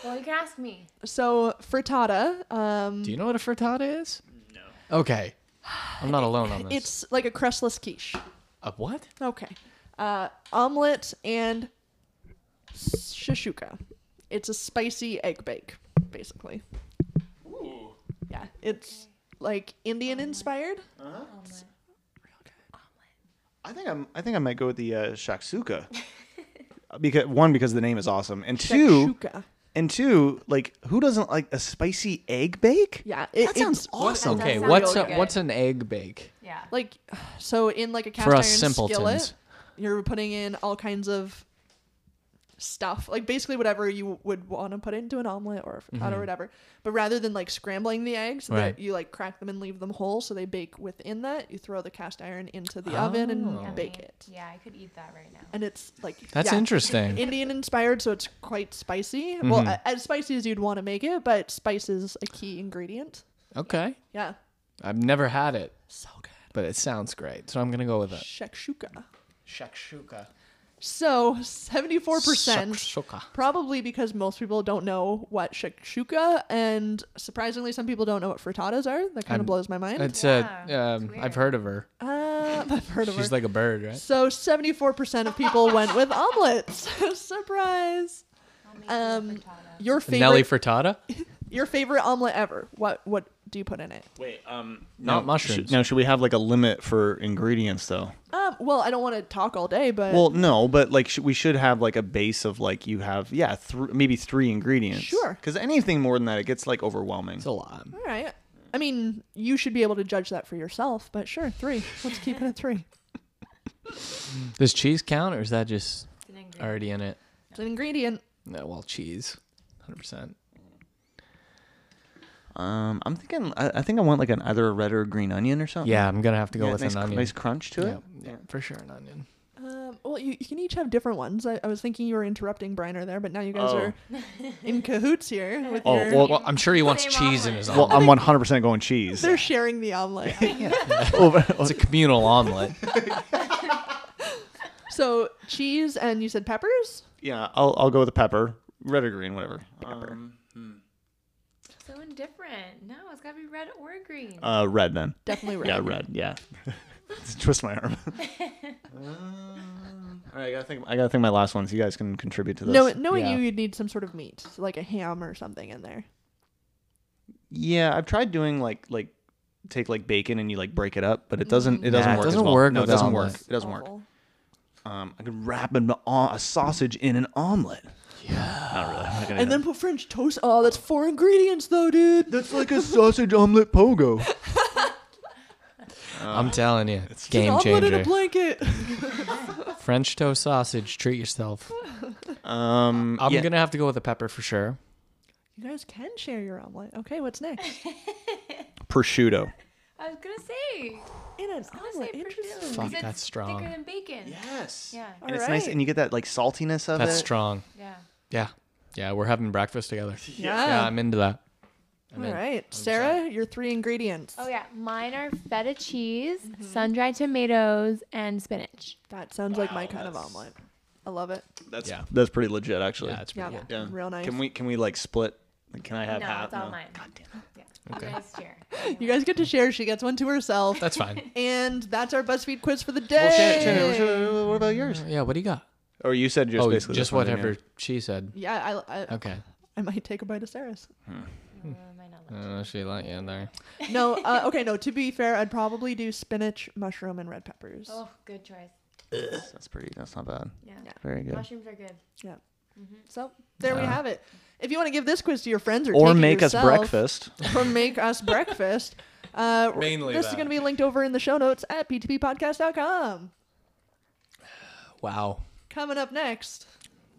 Well, you can ask me.
So frittata. Um,
Do you know what a frittata is? No. Okay. I'm not alone on this.
it's like a crustless quiche.
a what?
Okay. Uh, omelet and shishuka. It's a spicy egg bake, basically. Ooh. Yeah, it's like Indian inspired.
I think I'm. I think I might go with the uh, shakshuka. because one, because the name is awesome, and two,
Shakshuka.
and two, like who doesn't like a spicy egg bake?
Yeah, it,
that sounds
it's
awesome.
That
Okay,
sounds
what's a,
really good.
what's an egg bake?
Yeah.
like so in like a cast
For
iron
us simpletons.
skillet. You're putting in all kinds of stuff, like basically whatever you would want to put into an omelet or a frittata or whatever. But rather than like scrambling the eggs,
Mm-hmm. Right.
that you like crack them and leave them whole, so they bake within that. You throw the cast iron into the oven and
Yummy.
bake it,
Yeah, I could eat that right now.
and it's like
Oh. That's
yeah,
interesting. Mm-hmm.
Indian inspired, so it's quite spicy. Well, a- as spicy as you'd want to make it, but spice is a key ingredient.
okay.
Yeah,
I've never had it,
so good.
but it sounds great. So I'm going to go with it.
Shakshuka.
Shakshuka.
So, 74%, probably because most people don't know what shakshuka, and surprisingly, some people don't know what frittatas are. That kind
I'm-
of blows my mind.
It's a,
Yeah,
um,
it's
I've
weird.
heard of her.
Uh, I've heard of
She's
her.
like a bird, right?
so, 74% of people went with omelets. Surprise. Um, your favorite,
Nelly frittata?
your favorite omelet ever. What what do you put in it?
Wait, um,
Not mushrooms.
now, should we have like a limit for ingredients though?
Um, well, I don't want to talk all day, but
Well, no, but like sh- we should have like a base of like you have yeah thr maybe three ingredients.
Sure.
Because anything more than that, it gets like overwhelming.
It's a lot.
all right. I mean, you should be able to judge that for yourself, but sure, three. Let's keep it at three.
Does cheese count, or is that just
It's an ingredient.
already in it?
It's an ingredient.
No, well, cheese. 100%.
um, I'm thinking. I, I think I want like an either a red or a green onion or something.
Yeah, I'm going to have to go
Yeah,
with
nice,
an onion.
nice crunch to it.
Yeah, yeah, for sure, an onion.
Um, well, you, you can each have different ones. I, I was thinking you were interrupting Briner there, but now you guys are in cahoots
Oh,
here. With your,
well,
Well, I'm sure he wants
Same
cheese in
omelet.
his
Well,
omelet.
I'm 100% going cheese.
they're sharing the omelet.
it's a communal omelet.
so cheese and you said peppers.
yeah, I'll, I'll go with a pepper, red or green, whatever. Um,
So indifferent. No, it's got to be red or green.
uh, red then.
Definitely red.
Yeah, red. Yeah. Twist my arm. Um, all right, I gotta think. I gotta think. My last ones. You guys can contribute to this.
No, knowing
yeah.
you, you'd need some sort of meat, so like a ham or something in there.
Yeah, I've tried doing like like take like bacon and you like break it up, but it doesn't it doesn't
Yeah, Mm. it
work.
doesn't
as well.
work
No, it
with
doesn't
an
work.
omelet.
It doesn't work. Um, I could wrap an, o- a sausage in an omelet. Yeah, not really. I'm not gonna
And
do
then put French toast. Oh, that's four ingredients though, dude.
that. that's like a sausage omelet pogo. uh,
I'm telling you, it's
An
game
omelet in a
changer.
blanket.
French toast sausage. Treat yourself.
Um,
I'm
yeah.
gonna have to go with a pepper for sure.
you guys can share your omelet. Okay, what's next?
prosciutto.
I was gonna say.
In an
I was gonna
omelet.
say
Interesting.
prosciutto.
Fuck,
'cause it's
that's strong.
Thicker than bacon.
Yes.
Yeah.
And it's nice,
Alright.
and you get that like saltiness of
That's
it.
strong.
Yeah.
Yeah, yeah. We're having breakfast together.
Yeah.
Yeah, I'm into that. I'm
All
in.
right, Sarah, your three ingredients.
Oh yeah, mine are feta cheese, sun-dried tomatoes, and spinach.
That sounds like my kind of omelet. I love it.
That's
Yeah.
that's pretty legit, actually.
Yeah, it's
Yeah,
pretty good.
Yeah.
real nice.
Can we can we like split? Like, Can I have
no,
half?
it's all
No.
mine. God damn it. Yeah.
Okay.
Nice chair.
You guys get to share. She gets one to herself.
That's fine.
and that's our BuzzFeed quiz for the
Well, Shannon-
day.
Shannon, what about yours?
Yeah. What do you got?
Or you said just
oh,
basically
just
this one, didn't you?
whatever she said.
yeah, I, I,
Okay.
I might take a bite of Sarah's.
Uh, mine not
I
much.
don't know if she let you in there.
No, uh, okay, no. To be fair, I'd probably do spinach, mushroom, and red peppers.
Oh, good choice.
That's pretty. That's not bad.
Yeah.
Very good.
Mushrooms are good. Mm-hmm.
Mm-hmm. So there we have it. If you want to give this quiz to your friends or,
Or
take it
make us
yourself,
breakfast.
or make us breakfast. Uh,
Mainly
this is
that.
going to be linked over in the show notes at ptppodcast.com.
Wow.
Coming up next,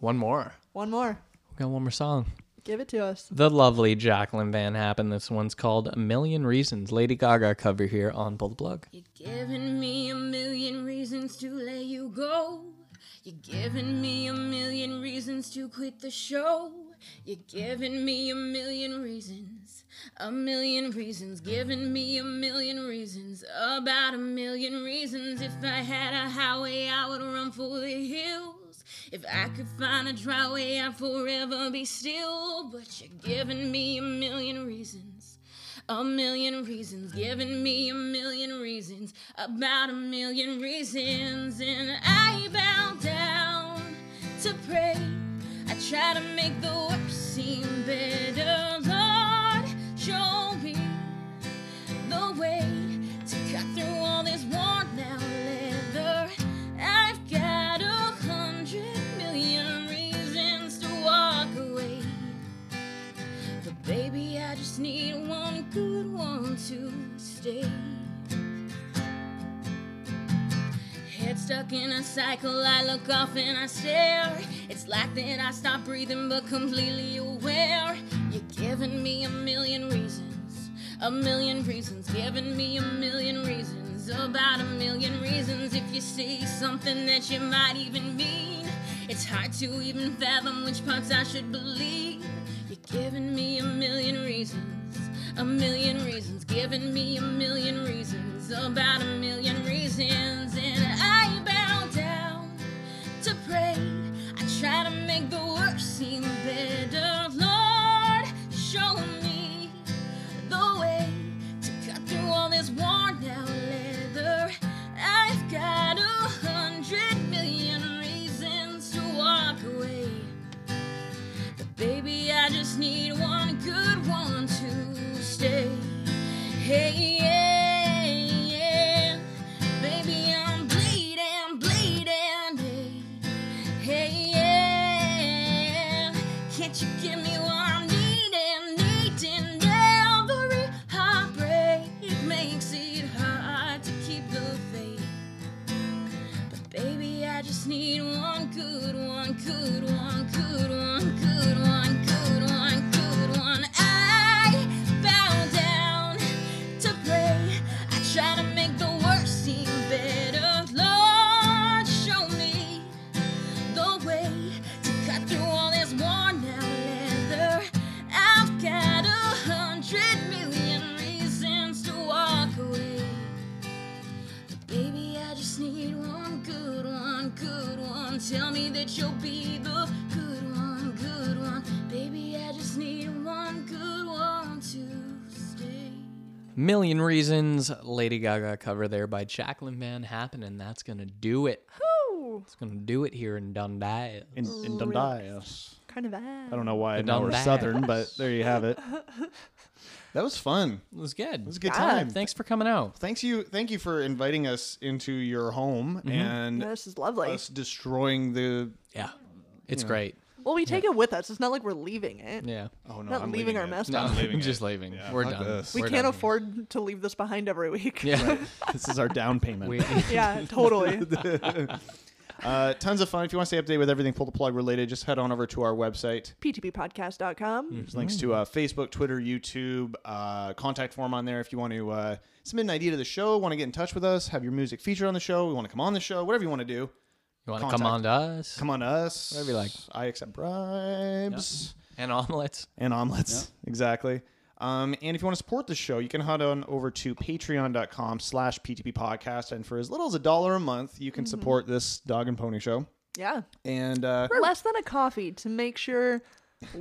One more.
one more.
We got one more song.
Give it to us.
The lovely Jacqueline Van Happen. This one's called A Million Reasons. Lady Gaga cover here on Pull the Plug.
You're giving me a million reasons to let you go.
You're giving me a million reasons to quit the show. You're giving me a million reasons, a million reasons, giving me a million reasons, about a million reasons. If I had a highway, I would run for the hills. If I could find a dry way, I'd forever be still. But you're giving me a million reasons. A million reasons, giving me a million reasons, about a million reasons. And I bow down to pray. I try to make the worst seem better. Lord, show me the way to cut through all this worn out leather. I've got a hundred million reasons to walk away. But baby, I just need one good one to stay. Head stuck in a cycle, I look off and I stare. It's like that I stop breathing but completely aware. You're giving me a million reasons, a million reasons, giving me a million reasons, about a million reasons. If you see something that you might even mean, it's hard to even fathom which parts I should believe. You're giving me a million reasons, a million reasons, giving me a million reasons, about a million reasons, and I bow down to pray. I try to make the worst seem better. Lord, show me the way to cut through all this worn out leather. I've got a hundred million reasons to walk away. But baby, I just need one good one to stay. Hey, yeah, yeah. Baby, I'm bleeding, bleeding. Hey. Hey, yeah. Can't you give me what I'm needing? Needing every heartbreak makes it hard to keep the faith. But baby, I just need one good one, good one, good one, good one, good one, good one. I bow down to pray. I try to make the worst seem better. Lord, show me the way to cut through all this worn out leather. I've got a hundred million reasons to walk away. But baby, I just need one good one, good one. Tell me that you'll be the good one, good one. Baby, I just need one good one to stay.
Million Reasons, Lady Gaga cover there by Jacqueline Van Happen, and that's gonna do it. It's gonna do it here in Dundee.
In, in Dundee, yes.
Kind of bad.
I don't know why I
The
know we're
Dundee.
Southern, but there you have it. That was fun.
It was good. It
was a good time.
Thanks for coming out.
Thanks you. Thank you for inviting us into your home
Mm-hmm.
and
This is lovely.
us destroying the.
Yeah, it's great.
well, we take it with us. It's not like we're leaving it.
Yeah.
Oh no!
Not
I'm
leaving our
it.
mess
No,
behind.
leaving
just
it.
leaving.
Yeah,
We're
fuck
done.
this.
We
We're
can't
done.
afford to leave this behind every week.
Yeah.
This is our down payment.
We-
yeah, totally.
Uh, tons of fun. If you want to stay updated with everything pull the plug related, just head on over to our website.
PTPpodcast.com.
There's links to uh,
Mm-hmm.
Facebook, Twitter, YouTube, uh, contact form on there if you want to uh, submit an idea to the show, want to get in touch with us, have your music featured on the show, we want to come on the show, whatever you want to do.
you want to come on to us?
Come on to us.
Whatever you like.
I accept bribes
And omelets.
and omelets. Exactly. Um, and if you want to support the show, you can head on over to patreon.com slash PTP podcast. And for as little as a dollar a month, you can support this dog and pony show.
Yeah.
And uh,
For less than a coffee to make sure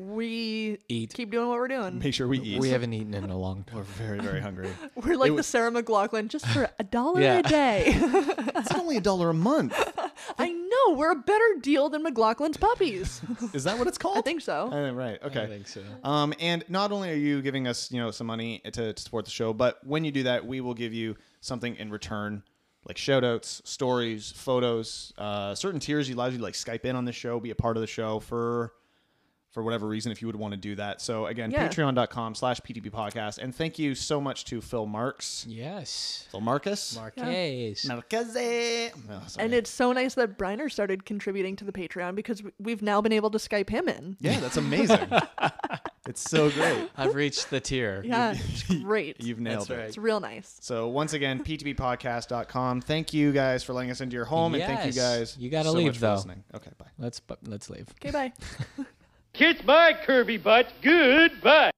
we
Eat.
keep doing what we're doing.
make sure we eat.
We haven't eaten in a long time.
We're very, very hungry.
We're like the Sarah McLaughlin just for a dollar
Yeah.
a day.
it's only a dollar a month.
I know, we're a better deal than McLaughlin's puppies.
Is that what it's called?
I think so.
Uh, right. Okay.
Oh, I think so.
Um, and not only are you giving us, you know, some money to, to support the show, but when you do that, we will give you something in return, like shout outs, stories, photos, uh, certain tiers. You allows you to like Skype in on the show, be a part of the show for for whatever reason if you would want to do that. So again,
Yeah.
patreon.com slash PTP podcast. And thank you so much to Phil Marks.
Yes.
Phil Marcus.
Marques.
Marquez. Oh, sorry.
And it's so nice that Briner started contributing to the Patreon because we- we've now been able to Skype him in.
yeah, that's amazing. It's so great.
I've reached the tier.
Yeah, it's great.
You've nailed
That's
it.
right.
It's real nice.
So once again, p2ppodcast.com. Thank you guys for letting us into your home, and thank you
Yes.
guys.
You gotta
so
leave
much for
though.
listening. Okay, bye.
Let's bu- let's leave.
Okay, bye.
Kiss my Kirby butt. Goodbye.